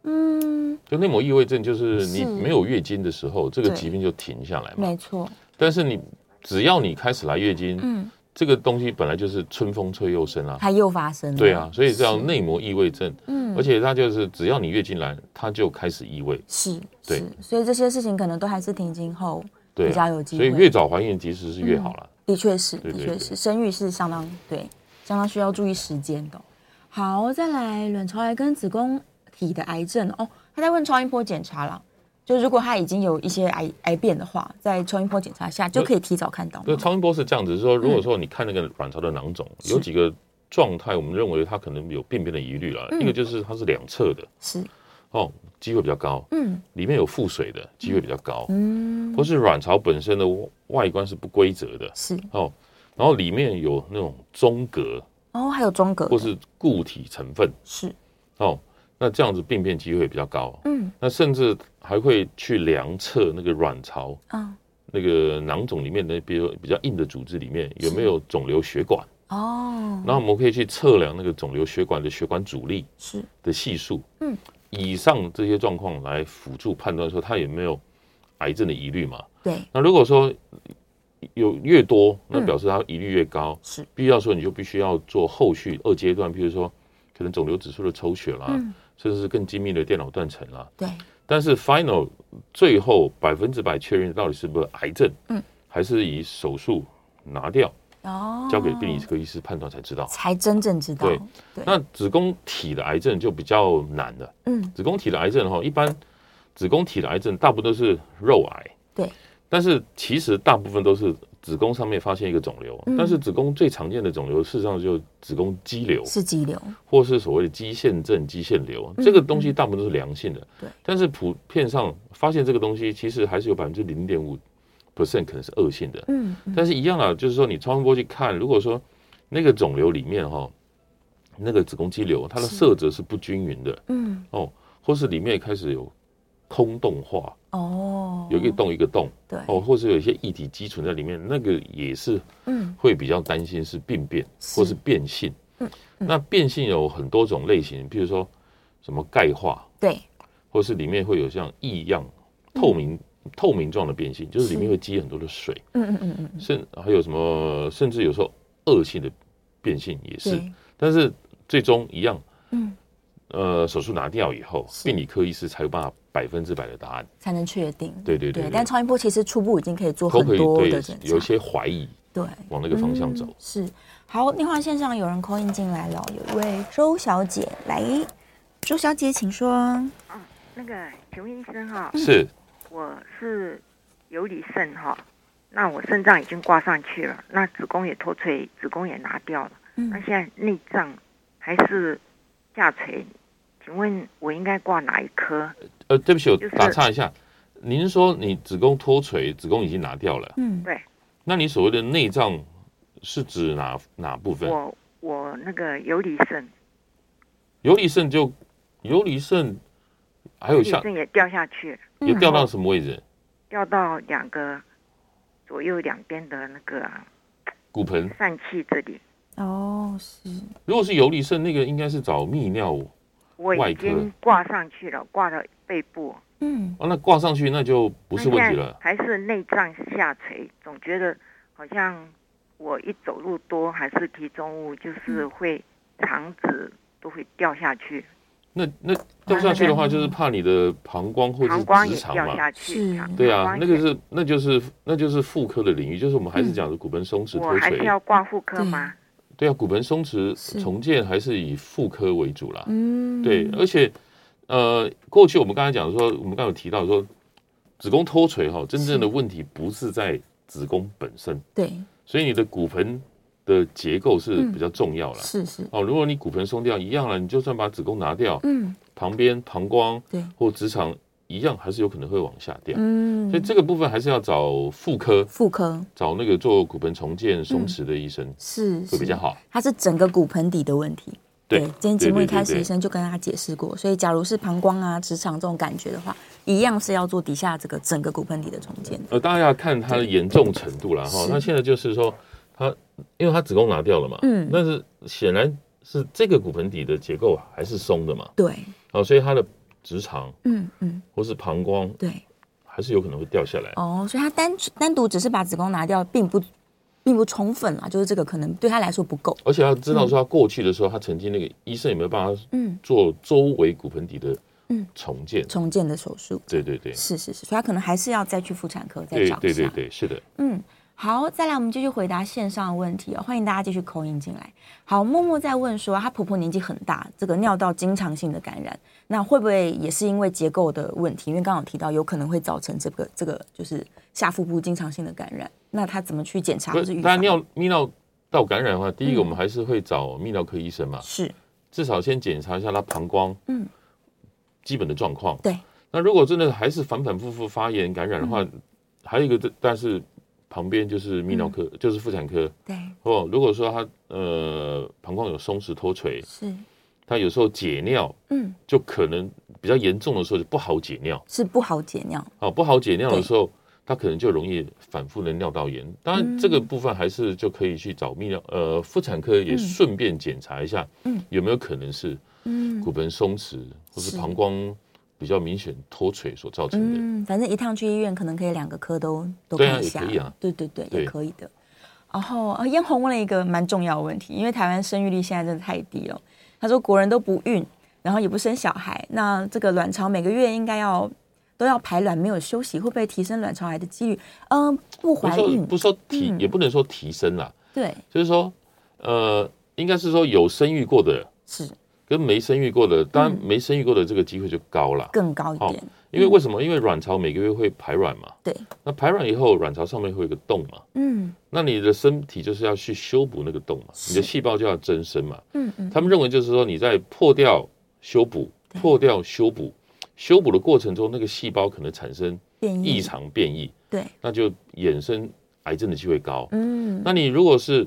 S2: 嗯，
S3: 就内膜异位症，就是
S2: 是
S3: 你没有月经的时候，这个
S2: 对
S3: 疾病就停下来嘛。
S2: 没错，
S3: 但是你只要你开始来月经，
S2: 嗯，
S3: 这个东西本来就是春风吹又生啊，
S2: 它又发生了。
S3: 对啊，，所以这样内呃膜异味症，
S2: 嗯
S3: 而且它就是只要你月经来，它就开始异味，
S2: 是，
S3: 对
S2: 是，所以这些事情可能都还是停经后
S3: 对啊
S2: 比较有机
S3: 所
S2: 会嗯
S3: 以越早怀孕其实是越好了。
S2: 的确是，的
S3: 对对
S2: 确
S3: 对
S2: 是，生育是相当对，相当需要注意时间的哦、好，再来卵巢癌跟子宫体的癌症哦，他在问超音波检查了，就如果他已经有一些癌癌变的话，在超音波检查下就可以提早看到
S3: 那
S2: 吗。
S3: 超音波是这样子，是说如果说你看那个卵巢的囊肿，
S2: 是
S3: 有几个状态，我们认为它可能有病变的疑虑了。
S2: 嗯
S3: 一个就是它是两侧的，
S2: 是，
S3: 哦，机会比较高；
S2: 嗯
S3: 里面有腹水的机会比较高，
S2: 嗯，
S3: 或是卵巢本身的外观是不规则的，
S2: 是，
S3: 哦，然后里面有那种中隔
S2: 哦，还有中隔的，
S3: 或是固体成分，
S2: 是，
S3: 哦，那这样子病变机会比较高。
S2: 嗯
S3: 那甚至还会去量测那个卵巢
S2: 啊，
S3: 那个囊肿里面的，比如比较硬的组织里面有没有肿瘤血管。
S2: 哦，
S3: 那我们可以去测量那个肿瘤血管的血管阻力
S2: 是，
S3: 的系数。
S2: 嗯，
S3: 以上这些状况来辅助判断说它有没有癌症的疑虑嘛？
S2: 对，
S3: 那如果说有越多，那
S2: 嗯
S3: 表示它疑虑越高，
S2: 是，
S3: 必要说你就必须要做后续二阶段，譬如说可能肿瘤指数的抽血啦，
S2: 嗯，
S3: 甚至是更精密的电脑断层啦。
S2: 对，
S3: 但是 final 最后百分之百确认到底是不是癌症，
S2: 嗯，
S3: 还是以手术拿掉，
S2: 哦，
S3: 交给病理科医师判断才知道。
S2: 才真正知道，
S3: 对
S2: 哦对，
S3: 那子宫体的癌症就比较难了。
S2: 嗯
S3: 子宫体的癌症哈，一般子宫体的癌症大部分都是肉癌，
S2: 对，
S3: 但是其实大部分都是子宫上面发现一个肿瘤，
S2: 嗯
S3: 但是子宫最常见的肿瘤事实上就子宫肌瘤，
S2: 是肌瘤，
S3: 或是所谓的肌腺症、肌腺瘤，
S2: 嗯
S3: 这个东西大部分都是良性的，
S2: 对
S3: 但是普遍上发现这个东西其实还是有百分之零点五 percent 可能是恶性的，
S2: 嗯嗯
S3: 但是一样啊，就是说你超声波去看，如果说那个肿瘤里面哈、那个子宫肌瘤它的
S2: 是
S3: 色泽是不均匀的
S2: 嗯，
S3: 哦，或是里面开始有空洞化，
S2: 哦，
S3: 有一个洞一个洞
S2: 对，
S3: 哦，或是有一些液体积存在里面，那个也是
S2: 嗯，
S3: 会比较担心是病变
S2: 是
S3: 或是变性。
S2: 嗯
S3: 那变性有很多种类型，譬如说什么钙化，
S2: 对，
S3: 或是里面会有像异样、透
S2: 嗯
S3: 明、透明状的变性，就是里面
S2: 是
S3: 会积很多的水。
S2: 嗯嗯嗯嗯嗯，
S3: 甚还有什么，甚至有时候恶性的变性也是，
S2: 对，
S3: 但是最终一样，
S2: 嗯，
S3: 呃，手术拿掉以后，
S2: 是
S3: 病理科医师才有办法百分之百的答案，
S2: 才能确定。
S3: 对对对对
S2: 但超音波其实初步已经可以做
S3: 都
S2: 很
S3: 可以
S2: 多的
S3: 对
S2: 检查，
S3: 有一些怀疑
S2: 对
S3: 往那个方向走。
S2: 嗯是好，电话线上有人 call in 进来了，有一位周小姐来，周小姐请说。
S4: 那个，请问医生哈、
S2: 嗯
S3: 是
S4: 我是游离肾哈、那我肾脏已经挂上去了，那子宫也脱垂，子宫也拿掉了，
S2: 嗯
S4: 那现在内脏还是下垂，请问我应该挂哪一科？
S3: 呃，对不起，我
S4: 就是
S3: 打岔一下，您说你子宫脱垂，子宫已经拿掉了，
S2: 嗯，
S4: 对
S3: 那你所谓的内脏是指哪哪部分？
S4: 我我那个游离肾，
S3: 游离肾就游离肾，还有
S4: 游离
S3: 下
S4: 肾也掉下去了，
S3: 也掉
S4: 嗯
S3: 到什么位置？
S4: 掉到两个左右两边的那个啊
S3: 骨盆
S4: 疝气这里。
S2: 哦，是
S3: 如果是游离肾，那个应该是找泌尿
S4: 我
S3: 外
S4: 已
S3: 科
S4: 经挂上去了，挂到背部，
S2: 嗯
S3: 啊，那挂上去那就不
S4: 不
S3: 是问题了。
S4: 还是内脏下垂，总觉得好像我一走路多还是提重物，就是会肠子都会掉下去，嗯
S3: 那那掉下去的话，就是怕你的膀胱或者
S4: 膀胱
S3: 直
S4: 也
S3: 肠
S4: 掉
S3: 嘛。
S4: 下去。
S2: 是
S4: 肠
S3: 对
S4: 膀
S3: 啊，
S4: 胱
S3: 那个
S4: 也
S3: 是那就是那就是妇科的领域，就是我们还
S2: 嗯
S3: 是讲的骨盆松弛
S4: 我
S3: 脱
S4: 还是
S3: 垂。
S4: 要挂妇科吗？
S3: 对啊，骨盆松弛
S2: 是
S3: 重建还是以妇科为主啦。
S2: 嗯，
S3: 对，而且呃，过去我们刚才讲说，我们刚才有提到说，子宫脱垂哈，真正的问题不是在子宫本身，
S2: 对
S3: 所以你的骨盆的结构是
S2: 嗯
S3: 比较重要啦。
S2: 是是，
S3: 哦，如果你骨盆松掉一样了，你就算把子宫拿掉，
S2: 嗯
S3: 旁边膀胱
S2: 对
S3: 或直肠一样，还是有可能会往下掉。
S2: 嗯，
S3: 所以这个部分还是要找妇科，
S2: 妇科
S3: 找那个做骨盆重建松弛的医生
S2: 是
S3: 会比较
S2: 好。
S3: 好。
S2: 它是整个骨盆底的问题。
S3: 对
S2: 今天节目
S3: 对对
S2: 一开始
S3: 对
S2: 医生就跟大家解释过，所以假如是膀胱啊、直肠这种感觉的话，一样是要做底下这个整个骨盆底的重建。
S3: 呃，当然要看它的严重程度啦。哈。
S2: 是
S3: 那现在就是说，它因为它子宫拿掉了嘛，
S2: 嗯
S3: 但是显然是这个骨盆底的结构还是松的嘛，
S2: 对，
S3: 啊，所以它的直肠
S2: 嗯嗯，
S3: 或是膀胱
S2: 对，哦
S3: 还是有可能会掉下来。
S2: 哦，所以它单单独只是把子宫拿掉，并不并不充分啦，就是这个可能对他来说不够。
S3: 而且要知道说他过去的时候，他曾经那个医生有没有帮他
S2: 嗯，
S3: 做周围骨盆底的
S2: 嗯
S3: 重建？
S2: 重建的手术，
S3: 对对对，
S2: 是是是，所以他可能还是要再去妇产科再
S3: 对
S2: 找一
S3: 对
S2: 下。
S3: 对对，是的。
S2: 嗯，好，再来我们继续回答线上的问题哦，欢迎大家继续口音进来。好，默默在问说，她婆婆年纪很大，这个尿道经常性的感染，那会不会也是因为结构的问题？因为刚刚有提到有可能会造成这个这个就是下腹部经常性的感染，那她怎么去检查
S3: 不
S2: 或是
S3: 是，
S2: 预
S3: 大家
S2: 防？
S3: 尿泌尿道感染的话，第一个
S2: 嗯
S3: 我们还是会找泌尿科医生嘛，
S2: 是
S3: 至少先检查一下他膀胱
S2: 嗯
S3: 基本的状况。
S2: 对，
S3: 那如果真的还是反反复复发炎感染的话，
S2: 嗯
S3: 还有一个这，但是旁边就是泌尿科，
S2: 嗯
S3: 就是妇产科
S2: 对
S3: 哦。如果说他呃膀胱有松弛脱垂，
S2: 是
S3: 他有时候解尿
S2: 嗯
S3: 就可能比较严重的时候就不好解尿
S2: 是不好解尿
S3: 哦，不好解尿的
S2: 对
S3: 时候。他可能就容易反复的尿道炎，
S2: 嗯
S3: 当然这个部分还是就可以去找泌尿呃妇产科也
S2: 嗯
S3: 顺便检查一下，
S2: 嗯
S3: 有没有可能是
S2: 嗯
S3: 骨盆松弛或
S2: 是
S3: 是膀胱比较明显脱垂所造成的。
S2: 嗯，反正一趟去医院可能可以两个科都都
S3: 对啊
S2: 看一下，
S3: 也可以啊
S2: 对对对，
S3: 对
S2: 也可以的。然后呃嫣红问了一个蛮重要的问题，因为台湾生育率现在真的太低了。他说国人都不孕，然后也不生小孩，那这个卵巢每个月应该要都要排卵，没有休息，会不会提升卵巢癌的几率？嗯、不
S3: 不是
S2: 怀
S3: 说
S2: 孕，
S3: 不是说提，
S2: 嗯
S3: 也不能说提升啦，
S2: 对，
S3: 就是说，呃，应该是说有生育过的
S2: 是
S3: 跟没生育过的，
S2: 嗯
S3: 当然没生育过的这个机会就高啦。
S2: 更高一点，
S3: 因为为什么？因为卵巢每个月会排卵嘛，
S2: 对，
S3: 那排卵以后，卵巢上面会有一个洞嘛，
S2: 嗯
S3: 那你的身体就是要去修补那个洞嘛，
S2: 是
S3: 你的细胞就要增生嘛。
S2: 嗯嗯，
S3: 他们认为就是说你在破掉、修补、
S2: 对
S3: 破掉、修补、修补的过程中，那个细胞可能产生
S2: 变
S3: 异常变异，
S2: 对，
S3: 那就衍生癌症的机会高。
S2: 嗯，
S3: 那你如果是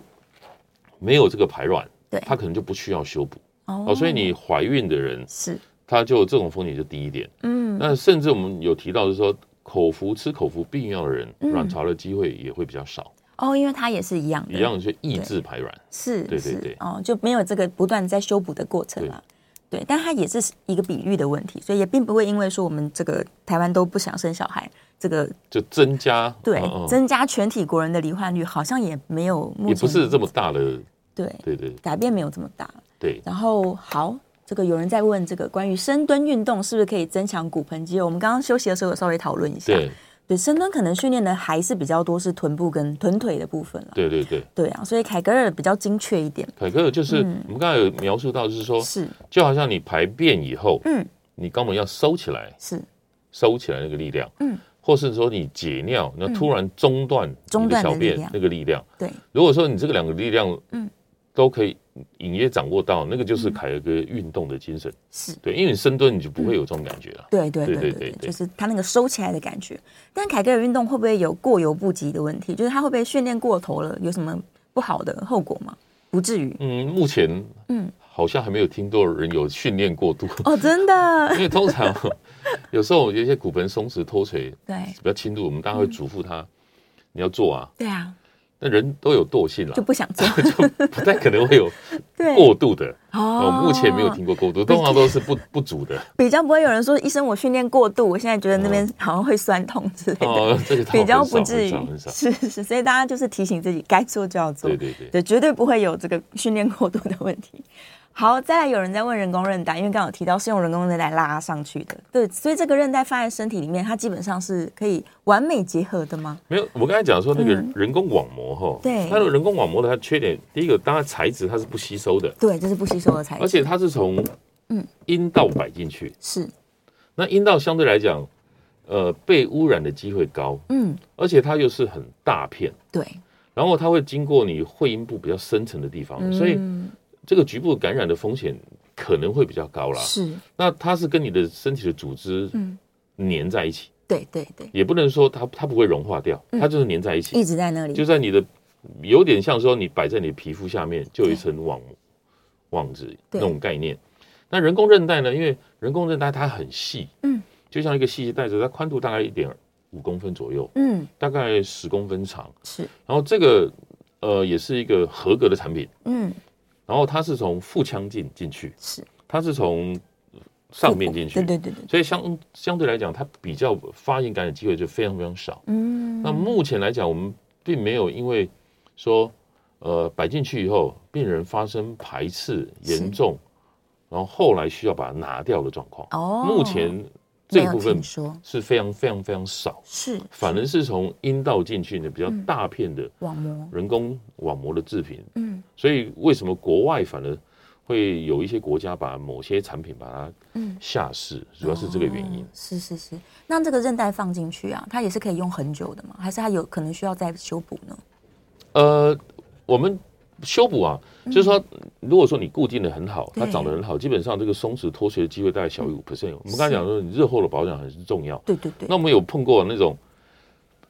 S3: 没有这个排卵，
S2: 对，
S3: 它可能就不需要修补
S2: 哦
S3: 哦，所以你怀孕的人，
S2: 是
S3: 他就这种风险就低一点。
S2: 嗯
S3: 那甚至我们有提到是说，口服吃口服避孕药的人，
S2: 嗯
S3: 卵巢的机会也会比较少，
S2: 哦，因为它也是一样的，
S3: 一样去抑制排卵。
S2: 是，
S3: 对对
S2: 是
S3: 对
S2: 哦，就没有这个不断在修补的过程啦。对，但它也是一个比喻的问题，所以也并不会因为说我们这个台湾都不想生小孩，这个
S3: 就增加
S2: 对、
S3: 嗯嗯
S2: 增加全体国人的罹患率，好像也没有目前
S3: 也不是这么大的，
S2: 对
S3: 对对
S2: 改变没有这么大。
S3: 对，
S2: 然后好，这个有人在问这个关于深蹲运动是不是可以增强骨盆肌肉，我们刚刚休息的时候有稍微讨论一下。
S3: 对
S2: 对，深蹲可能训练的还是比较多是臀部跟臀腿的部分了。
S3: 对对对。
S2: 对啊，所以凯格尔比较精确一点。
S3: 凯哥就是
S2: 嗯
S3: 我们刚才有描述到，就是说，
S2: 是
S3: 就好像你排便以后，
S2: 嗯，
S3: 你肛门要收起来，
S2: 是，
S3: 收起来那个力量，
S2: 嗯，
S3: 或是说你解尿，那突然中断
S2: 中
S3: 你
S2: 断
S3: 的
S2: 的
S3: 小
S2: 力
S3: 便
S2: 量
S3: 那个力量，
S2: 对，
S3: 如果说你这个两个力量，
S2: 嗯，
S3: 都可以隐约掌握到，那个就是凯哥运动的精神，
S2: 是。
S3: 对，因为你深蹲你就不会有这种感觉啊了，
S2: 对对对
S3: 对
S2: 对
S3: 对
S2: 对，
S3: 对对
S2: 就是他那个收起来的感觉。但凯格尔运动会不会有过犹不及的问题？就是他会不会训练过头了，有什么不好的后果吗？不至于
S3: 嗯，目前
S2: 嗯
S3: 好像还没有听到人有训练
S2: *laughs*
S3: 过度，
S2: 哦，真的
S3: 因为通常 *laughs* 有时候有一些骨盆松弛脱垂
S2: *laughs* 对
S3: 比较轻度，我们大家会嘱咐
S2: 嗯
S3: 他你要做啊，
S2: 对啊，
S3: 那人都有惰性了
S2: 就。不想做
S3: *laughs* 就不太可能会有
S2: *laughs* 对
S3: 过度的，我
S2: 哦
S3: 目前没有听过过度，通常都是不不
S2: *laughs*
S3: 足的。
S2: 比较不会有人说医生我训练过度，我现在觉得那边好像会酸痛之类的，
S3: 哦，这个倒
S2: 比较
S3: 很少
S2: 不至
S3: 很
S2: 于
S3: 少很少。
S2: 是是，所以大家就是提醒自己该做就要做，
S3: 对对对，
S2: 对，绝对不会有这个训练过度的问题。好，再来有人在问人工韧带，因为刚刚有提到是用人工韧带拉上去的，对，所以这个韧带放在身体里面，它基本上是可以完美结合的吗？
S3: 没有，我刚才讲说那个
S2: 嗯
S3: 人工网膜哈，
S2: 对
S3: 它的人工网膜的它缺点，第一个当然材质它是不吸收的，
S2: 对，这是不吸收的材质，
S3: 而且它是从
S2: 嗯
S3: 阴道摆进去，
S2: 是，
S3: 那阴道相对来讲，呃，被污染的机会高，
S2: 嗯，
S3: 而且它又是很大片，
S2: 对，
S3: 然后它会经过你会阴部比较深层的地方，
S2: 嗯
S3: 哦所以这个局部感染的风险可能会比较高啦。
S2: 是，
S3: 那它是跟你的身体的组织
S2: 嗯
S3: 粘在一起，
S2: 对对对，
S3: 也不能说它它不会融化掉，
S2: 嗯
S3: 它就是粘在一起，
S2: 一直在那里，
S3: 就在你的有点像说你摆在你的皮肤下面就有一层网网子
S2: 对
S3: 那种概念。那人工韧带呢？因为人工韧带它很细，
S2: 嗯，
S3: 就像一个细带子，它宽度大概一点五公分左右，
S2: 嗯，
S3: 大概十公分长。
S2: 是，
S3: 然后这个呃也是一个合格的产品，
S2: 嗯
S3: 然后它是从腹腔进进去，
S2: 是，
S3: 它是从上面进去，
S2: 对对对对，
S3: 所以相相对来讲，它比较发炎感染机会就非常非常少。
S2: 嗯，
S3: 那目前来讲，我们并没有因为说，呃，摆进去以后，病人发生排斥严重，然后后来需要把它拿掉的状况。
S2: 哦，
S3: 目前
S2: 没
S3: 这
S2: 有
S3: 部分
S2: 听说
S3: 是非常非常非常少，
S2: 是
S3: 反而是从阴道进去的比较
S2: 嗯
S3: 大片的
S2: 网膜，
S3: 人工网膜的制品。
S2: 嗯
S3: 所以为什么国外反而会有一些国家把某些产品把它
S2: 嗯，
S3: 下市，主要是这个原因
S2: 哦。是是是，那这个韧带放进去啊，它也是可以用很久的吗？还是它有可能需要再修补呢？
S3: 呃，我们修补啊，就是说，如果说你固定的很好，它
S2: 嗯对
S3: 长得很好，基本上这个松弛脱垂的机会大概小于五 percent。我们刚才讲说，你日后的保养很是重要。
S2: 对对对
S3: 那，我们有碰过那种，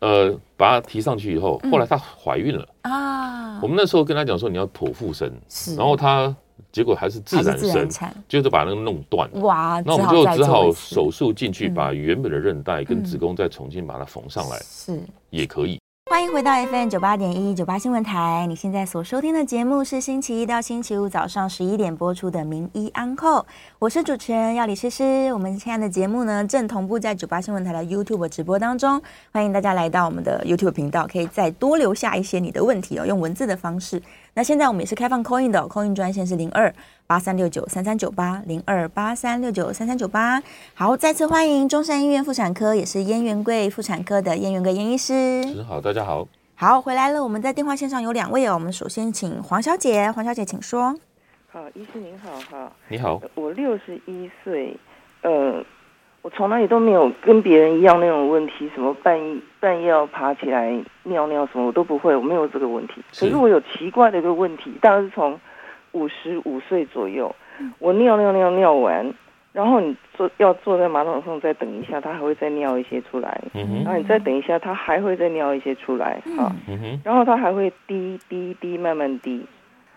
S3: 呃，把它提上去以后，后来她怀孕了，
S2: 嗯啊
S3: 我，们那时候跟她讲说你要剖腹生，
S2: 是
S3: 然后她结果还是自
S2: 还是
S3: 然
S2: 自
S3: 生
S2: 然，产，
S3: 就是把那个弄断了。
S2: 哇，
S3: 那我们就
S2: 再
S3: 只
S2: 做
S3: 好
S2: 一次
S3: 手术进去，
S2: 嗯
S3: 把原本的韧带跟
S2: 嗯
S3: 子宫再重新把它缝上来，
S2: 是。
S3: 也可以。
S2: 欢迎回到 FM 九八点一九八新闻台，你现在所收听的节目是星期一到星期五早上十一点播出的《名医安扣》，我是主持人要李诗诗。我们现在的节目呢，正同步在九八新闻台的 YouTube 直播当中，欢迎大家来到我们的 YouTube 频道，可以再多留下一些你的问题哦，用文字的方式。那现在我们也是开放 Coin 的、哦、，Coin 专线是零二八三六九三三九八零二八三六九三三九八。好，再次欢迎中山医院妇产科，也是燕元贵妇产科的燕元贵燕医师。
S3: 很好，大家好。
S2: 好，回来了。我们在电话线上有两位哦，我们首先请黄小姐，黄小姐请说。
S5: 好，医师您好哈，
S3: 你好，
S5: 我六十一岁，呃，我从来也都没有跟别人一样那种问题，什么半夜半夜要爬起来尿尿什么，我都不会，我没有这个问题。
S3: 是
S5: 可是我有奇怪的一个问题，大概是从五十五岁左右，我尿尿尿尿完，然后你坐要坐在马桶上再等一下，它还会再尿一些出来，
S3: 嗯哼，
S5: 然后你再等一下，它还会再尿一些出来，哈、
S3: 嗯哼，
S5: 然后它还会滴滴滴慢慢
S3: 嗯
S5: 滴，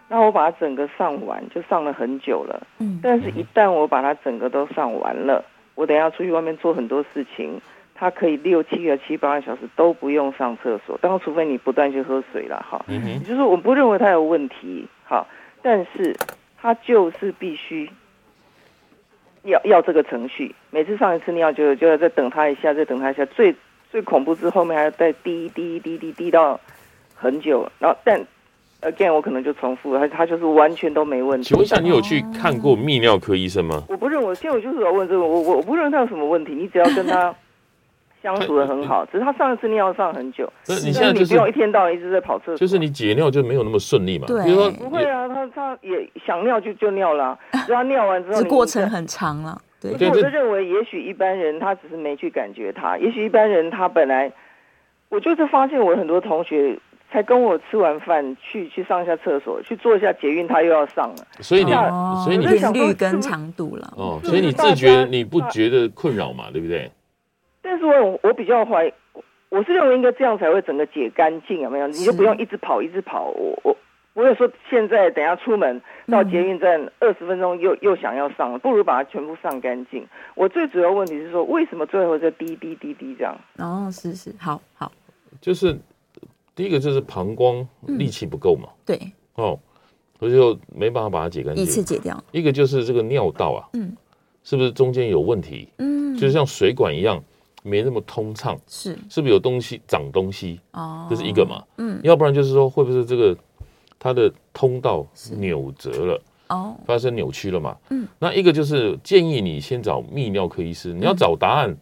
S5: 然后我把它整个上完，就上了很久了。
S2: 嗯
S5: 但是，一旦我把它整个都上完了，我等一下出去外面做很多事情，它可以六七个、七八个小时都不用上厕所。当然，除非你不断去喝水了哈。
S3: 嗯
S5: 也
S3: 哼，
S5: 就是我不认为它有问题，好，但是它就是必须要要这个程序，每次上一次尿就就要再等它一下，再等它一下，最最恐怖是后面还要再滴滴滴滴滴到很久，然后但 again 我可能就重复了，它它就是完全都没问题
S3: 请。问一下，你有去看过泌尿科医生吗？
S5: 我不认为，现在我就是要问这个，我我我不认为他有什么问题，你只要跟
S3: *laughs*
S5: 他相处的很好，只是他上一次尿上很久，
S3: 那你
S5: 但
S3: 现在就
S5: 你不用一
S3: 是
S5: 天到晚一直在跑厕所，
S3: 就是你解尿就没有那么顺利嘛？
S2: 对
S3: 比如说
S5: 不会啊，他他也想尿就就
S3: *laughs*
S5: 尿了，只要尿完之后
S2: 这
S5: 你，
S2: 过程
S5: 你
S2: 很长了，对
S5: 不
S3: 对
S5: 是，我
S3: 对
S5: 就认为，也许一般人他只是没去感觉它，也许一般人他本来，我就是发现我很多同学才跟我吃完饭去去上一下厕所，去做一下捷运，他又要上了。
S3: 所以你
S2: 哦，
S3: 所以你
S5: 我在想
S2: 频率跟长度了，
S3: 哦，
S5: 是
S3: 所以你
S5: 大
S3: 自
S5: 家
S3: 觉你不觉得困扰嘛？对不对？
S5: 但是我我比较怀，我是认为应该这样才会整个解干净，有没有？你就不用一直跑一直跑，我我。不会说现在等一下出门到捷运站二十分钟又、又想要上了，不如把它全部上干净。我最主要问题是说，为什么最后这滴滴滴滴这样？
S2: 哦，是是，好好，
S3: 就是第一个就是膀胱力气不够嘛，
S2: 对，
S3: 哦，所以就没办法把它解干
S2: 嗯一次
S3: 净。
S2: 解掉，
S3: 一个就是这个尿道啊，
S2: 嗯
S3: 是不是中间有问题？
S2: 嗯，
S3: 就是像水管一样没那么通畅，
S2: 是
S3: 是不是有东西长东西？
S2: 哦，
S3: 这是一个嘛？
S2: 嗯
S3: 要不然就是说，会不会是这个它的通道扭折了，
S2: 哦，
S3: 发生扭曲了嘛？
S2: 嗯，
S3: 那一个就是建议你先找泌尿科医师，你要找答案。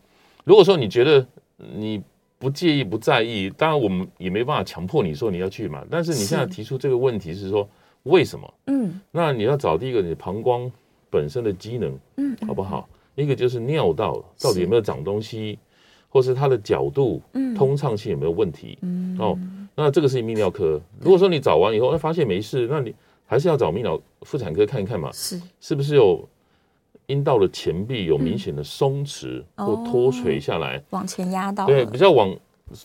S3: 如果说你觉得你不介意、不在意，当然我们也没办法强迫你说你要去嘛。但是你
S2: 是
S3: 现在提出这个问题是说为什么？
S2: 嗯
S3: 那你要找第一个，你膀胱本身的机能
S2: 嗯，
S3: 好不好？一个就是尿道到底有没有长东西，或是它的角度、
S2: 嗯
S3: 通畅性有没有问题？
S2: 嗯
S3: 哦，那这个是泌尿科。如果说你找完以后，哎，发现没事，那你还是要找泌尿妇产科看一看嘛，
S2: 是
S3: 是不是有阴道的前壁有明显的松弛
S2: 嗯哦
S3: 或脱垂下来？
S2: 往前压到
S3: 对，
S2: 了，
S3: 比较往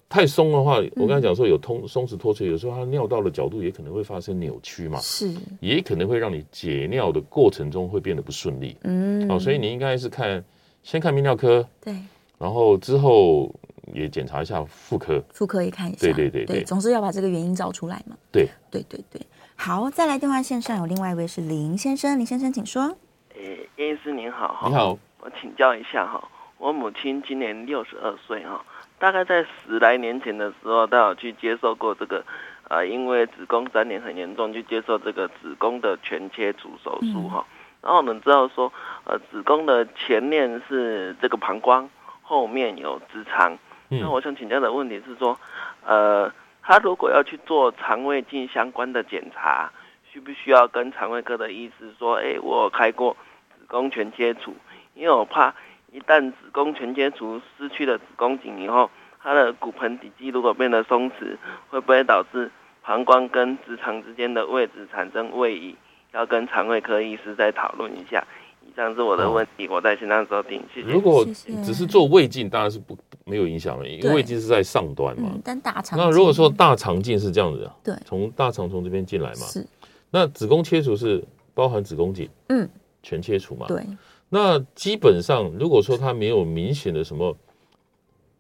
S3: 太松的
S2: 嗯
S3: 话，我刚才讲说有通松弛脱垂，有时候它尿道的角度也可能会发生扭曲嘛，
S2: 是
S3: 也可能会让你解尿的过程中会变得不顺利。
S2: 嗯，
S3: 哦，所以你应该是看先看泌尿科，
S2: 对
S3: 然后之后也检查一下妇科。
S2: 妇科也看一下，
S3: 对对对
S2: 对，
S3: 对
S2: 总是要把这个原因找出来嘛，
S3: 对，
S2: 对对对。好，再来电话线上有另外一位是林先生，林先生请说。
S6: 诶，叶呃医师您好哈，
S3: 你，好，
S6: 我请教一下哈，我母亲今年六十二岁哈，大概在十来年前的时候，她有去接受过这个呃，因为子宫粘连很严重，去接受这个子宫的全切除手术哈、
S3: 嗯
S6: 然后我们知道说，呃，子宫的前面是这个膀胱，后面有直肠。
S3: 嗯
S6: 那我想请教的问题是说，呃，他如果要去做肠胃镜相关的检查，需不需要跟肠胃科的医师说，哎，我有开过子宫全切除？因为我怕一旦子宫全切除失去了子宫颈以后，它的骨盆底肌如果变得松弛，会不会导致膀胱跟直肠之间的位置产生位移？要跟肠胃科医师再讨论一下。以上是我的问题，我在现场收听，谢谢。
S3: 如果
S2: 谢谢
S3: 只是做胃镜，当然是不没有影响了，因为
S2: 对
S3: 胃镜是在上端嘛
S2: 嗯，。但大肠
S3: 那如果说大肠镜是这样子的，
S2: 对
S3: 从大肠从这边进来嘛，
S2: 是，
S3: 那子宫切除是包含子宫颈
S2: 嗯，
S3: 全切除嘛，。
S2: 对，
S3: 那基本上，如果说它没有明显的什么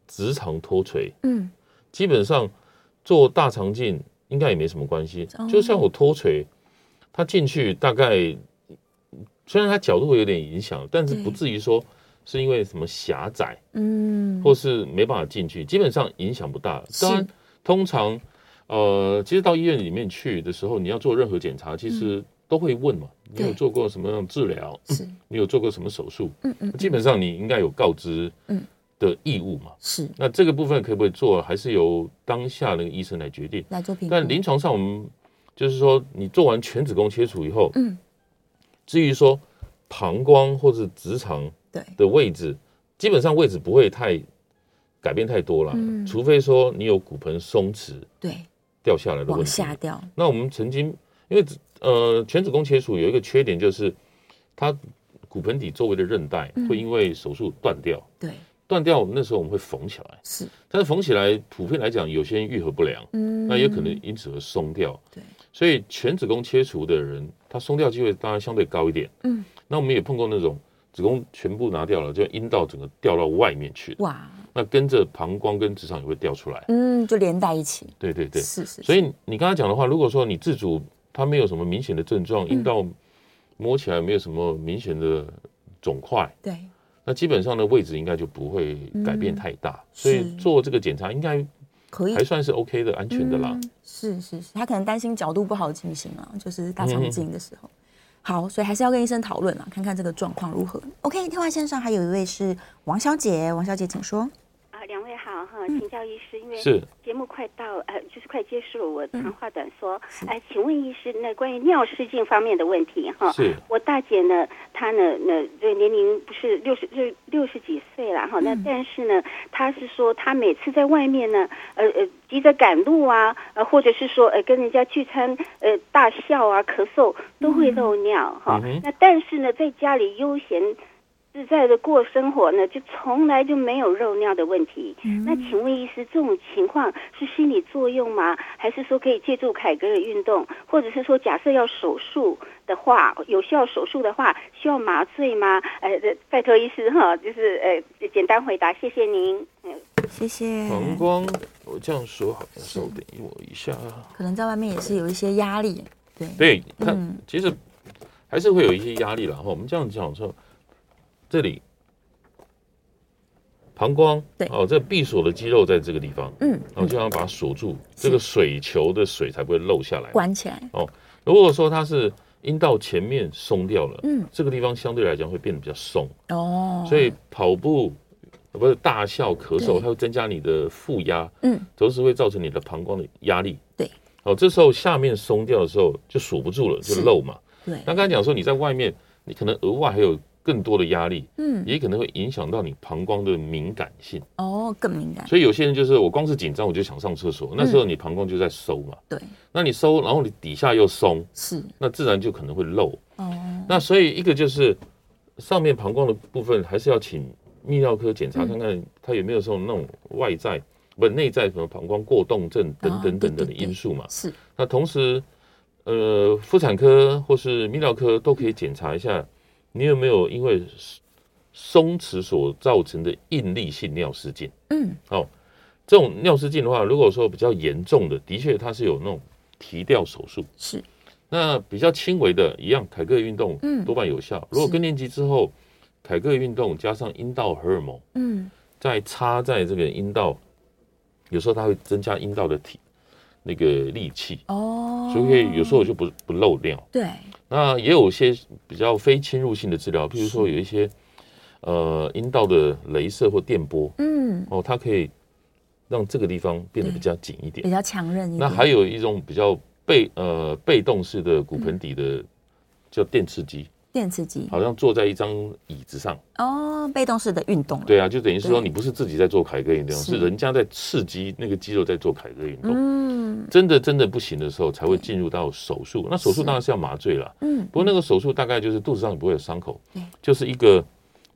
S3: 直肠脱垂，
S2: 嗯，
S3: 基本上做大肠镜应该也没什么关系
S2: 哦。
S3: 就像我脱垂，它进去大概虽然它角度会有点影响，但是
S2: 对
S3: 不至于说是因为什么狭窄
S2: 嗯，
S3: 或是没办法进去，基本上影响不大。当然，通常呃，其实到医院里面去的时候，你要做任何检查，其实都会问嘛，你有
S2: 嗯对
S3: 做过什么样的治疗？
S2: 是，
S3: 你有做过什么手术？
S2: 嗯嗯，
S3: 基本上你应该有告知
S2: 嗯
S3: 的义务嘛。
S2: 是
S3: 那这个部分可不可以做，还是由当下那个医生来决定。
S2: 来做评估，
S3: 但临床上我们就是说，你做完全子宫切除以后，
S2: 嗯，
S3: 至于说膀胱或是直肠
S2: 对，
S3: 的位置，基本上位置不会太改变太多啦，
S2: 嗯
S3: 除非说你有骨盆松弛
S2: 对，
S3: 掉下来的问
S2: 往
S3: 题。
S2: 下掉，
S3: 那我们曾经因为子呃全子宫切除有一个缺点就是，它骨盆底周围的韧带
S2: 嗯
S3: 会因为手术断掉，
S2: 对，
S3: 断掉那时候我们会缝起来，
S2: 是，
S3: 但是缝起来普遍来讲有些人愈合不良，
S2: 嗯，
S3: 那也可能因此而松掉。
S2: 对，
S3: 所以全子宫切除的人，他松掉机会当然相对高一点。
S2: 嗯，
S3: 那我们也碰过那种子宫全部拿掉了，就阴道整个掉到外面去，
S2: 哇，
S3: 那跟着膀胱跟直肠也会掉出来。
S2: 嗯，就连在一起，
S3: 对对对，
S2: 是是，
S3: 所
S2: 以
S3: 以你刚才讲的话，如果说你自主它没有什么明显的症
S2: 嗯
S3: 状，阴道摸起来没有什么明显的肿块，
S2: 对，
S3: 那基本上的位置应该就不会改变太大，所以
S2: 嗯是
S3: 做这个检查应该
S2: 可以
S3: 还算是 OK 的、安全的啦。
S2: 嗯是是是，他可能担心角度不好进行啊，就是
S3: 嗯
S2: 大肠镜的时候。好，所以还是要跟医生讨论啊，看看这个状况如何。OK，电话线上还有一位是王小姐，王小姐请说。
S7: 啊，两位好哈，
S2: 嗯
S7: 请教医师，因为
S3: 是
S7: 节目快到，呃，就是快结束了，我
S2: 嗯
S7: 长话短说，哎、请问医师，那关于尿失禁方面的问题哈，
S3: 是，
S7: 我大姐呢，她呢，那这年龄不是六十六六十几岁了哈，那
S2: 嗯
S7: 但是呢，她是说她每次在外面呢，呃呃，急着赶路啊，呃，或者是说呃跟人家聚餐，呃大笑啊、咳嗽都会漏尿哈、
S3: 嗯哼
S7: 那但是呢，在家里悠闲自在的过生活呢，就从来就没有漏尿的问题。
S3: 嗯
S7: 那请问医师，这种情况是心理作用吗？还是说可以借助凯格尔运动，或者是说假设要手术的话，有需要手术的话，需要麻醉吗？呃，呃拜托医师哈，就是呃，简单回答，谢谢您。嗯
S2: 谢谢。
S3: 膀胱，我这样说好，稍等我一下。啊。
S2: 可能在外面也是有一些压力，对，
S3: 对，看
S2: 嗯，
S3: 其实还是会有一些压力啦。哈，我们这样讲说，这里膀胱，
S2: 对
S3: 哦，这闭锁的肌肉在这个地方，
S2: 嗯，
S3: 然后就要把它锁住，这个水球的水才不会漏下来。
S2: 关起来，
S3: 如果说它是阴道前面松掉了，
S2: 嗯，
S3: 这个地方相对来讲会变得比较松，
S2: 哦，
S3: 所以跑步。呃不是大笑、咳
S2: 对
S3: 嗽，它会增加你的负压，
S2: 嗯，
S3: 同时会造成你的膀胱的压力。
S2: 对，
S3: 哦，这时候下面松掉的时候就锁不住了，就是漏嘛。
S2: 对，
S3: 那刚才讲说你在外面，你可能额外还有更多的压力，
S2: 嗯，
S3: 也可能会影响到你膀胱的敏感性。
S2: 哦，更敏感，
S3: 所以有些人就是我光是紧张我就想上厕所，那时候你膀胱就在收嘛，
S2: 对，
S3: 那你收，然后你底下又松，
S2: 是，
S3: 那自然就可能会漏。
S2: 哦，
S3: 那所以一个就是上面膀胱的部分还是要请泌尿科检查
S2: 嗯
S3: 看看它有没有什么那种外在。不，内在什么膀胱过动症等等等等的因素嘛，
S2: 是，
S3: 那同时，呃，妇产科或是泌尿科都可以检查一下，你有没有因为松弛所造成的应力性尿失禁。哦
S2: 嗯，
S3: 这种尿失禁的话，如果说比较严重的，的确它是有那种提吊手术。
S2: 是，
S3: 那比较轻微的，一样凯格尔运动
S2: 嗯
S3: 多半有效。如果更年期之后，凯格尔运动加上阴道荷尔蒙，
S2: 嗯，
S3: 再插在这个阴道，有时候它会增加阴道的体那个利器，
S2: 哦，
S3: 所以有时候我就不不漏尿。
S2: 对，
S3: 那也有一些比较非侵入性的治疗，譬如说有一些呃阴道的镭射或电波
S2: 嗯，
S3: 哦，它可以让这个地方变得比较紧一
S2: 比
S3: 点。
S2: 较强韧一点。
S3: 那还有一种比较被呃被动式的骨盆底的叫电刺激，
S2: 电刺激
S3: 好像坐在一张椅子上，
S2: 哦，被动式的运动了，
S3: 对啊，就等于是说
S2: 对
S3: 你不是自己在做凯歌运动，
S2: 是
S3: 是人家在刺激那个肌肉在做凯歌运动。
S2: 嗯
S3: 真的真的不行的时候，才会进入到手术。那手术
S2: 是
S3: 当然是要麻醉了，
S2: 嗯，
S3: 不过那个手术大概就是肚子上也不会有伤口
S2: 对，
S3: 就是一个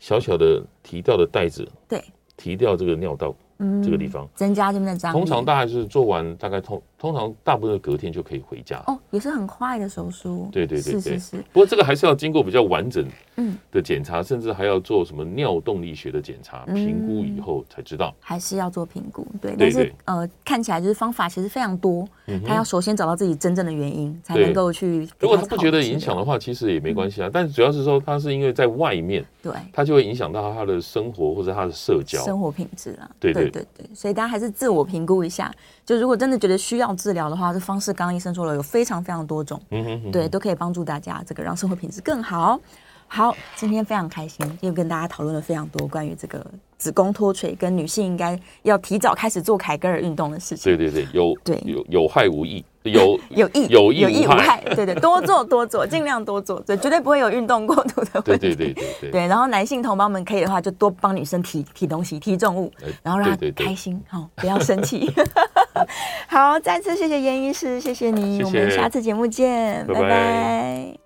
S3: 小小的提掉的带子，
S2: 对，
S3: 提掉这个尿道
S2: 嗯
S3: 这个地方。
S2: 增加这边的张力，
S3: 通常大概就是做完，大概通通常大部分的隔天就可以回家。
S2: 哦也是很快的手术，
S3: 对对对
S2: 是是
S3: 对
S2: 是，
S3: 不过这个还是要经过比较完整
S2: 嗯
S3: 的检查，甚至还要做什么尿动力学的检查，
S2: 嗯
S3: 评估以后才知道。
S2: 还是要做评估，对，但
S3: 对
S2: 是
S3: 对
S2: 呃看起来就是方法其实非常多，
S3: 嗯
S2: 他要
S3: 哼，
S2: 首先找到自己真正的原因，才
S3: 对
S2: 能够去比较
S3: 如果他
S2: 好
S3: 不
S2: 的
S3: 觉得
S2: 治
S3: 影响
S2: 疗
S3: 的话，其实也没关系啊。但主要是说他是因为在外面，
S2: 对。
S3: 他就会影响到他的生活或者他的社交。
S2: 生活品质啊，
S3: 对
S2: 对
S3: 对
S2: 对对，所以大家还是自我评估一下。就如果真的觉得需要治疗的话，这方式刚刚医生说了有非常非常多种，
S3: 嗯哼哼，
S2: 对，都可以帮助大家这个让生活品质更好。好，今天非常开心，又跟大家讨论了非常多关于这个子宫脱垂跟女性应该要提早开始做凯格尔运动的事情。
S3: 对对对，有
S2: 对
S3: 有有害无益，有 *laughs*
S2: 有益
S3: 有益
S2: 无
S3: 无害，
S2: 对对，多做多做，尽量多做，对，绝对不会有运动过度的
S3: 对
S2: 问题。
S3: 对对对对，
S2: 对，然后男性同胞们可以的话，就多帮女生提提东西、提重物
S3: 哎，
S2: 然后让她
S3: 对对对
S2: 开心，好、不要生
S3: *laughs*
S2: 气。好，再次谢谢严医师，谢谢你，
S3: 谢谢
S2: 我们下次节目见，
S3: 拜拜
S2: 拜拜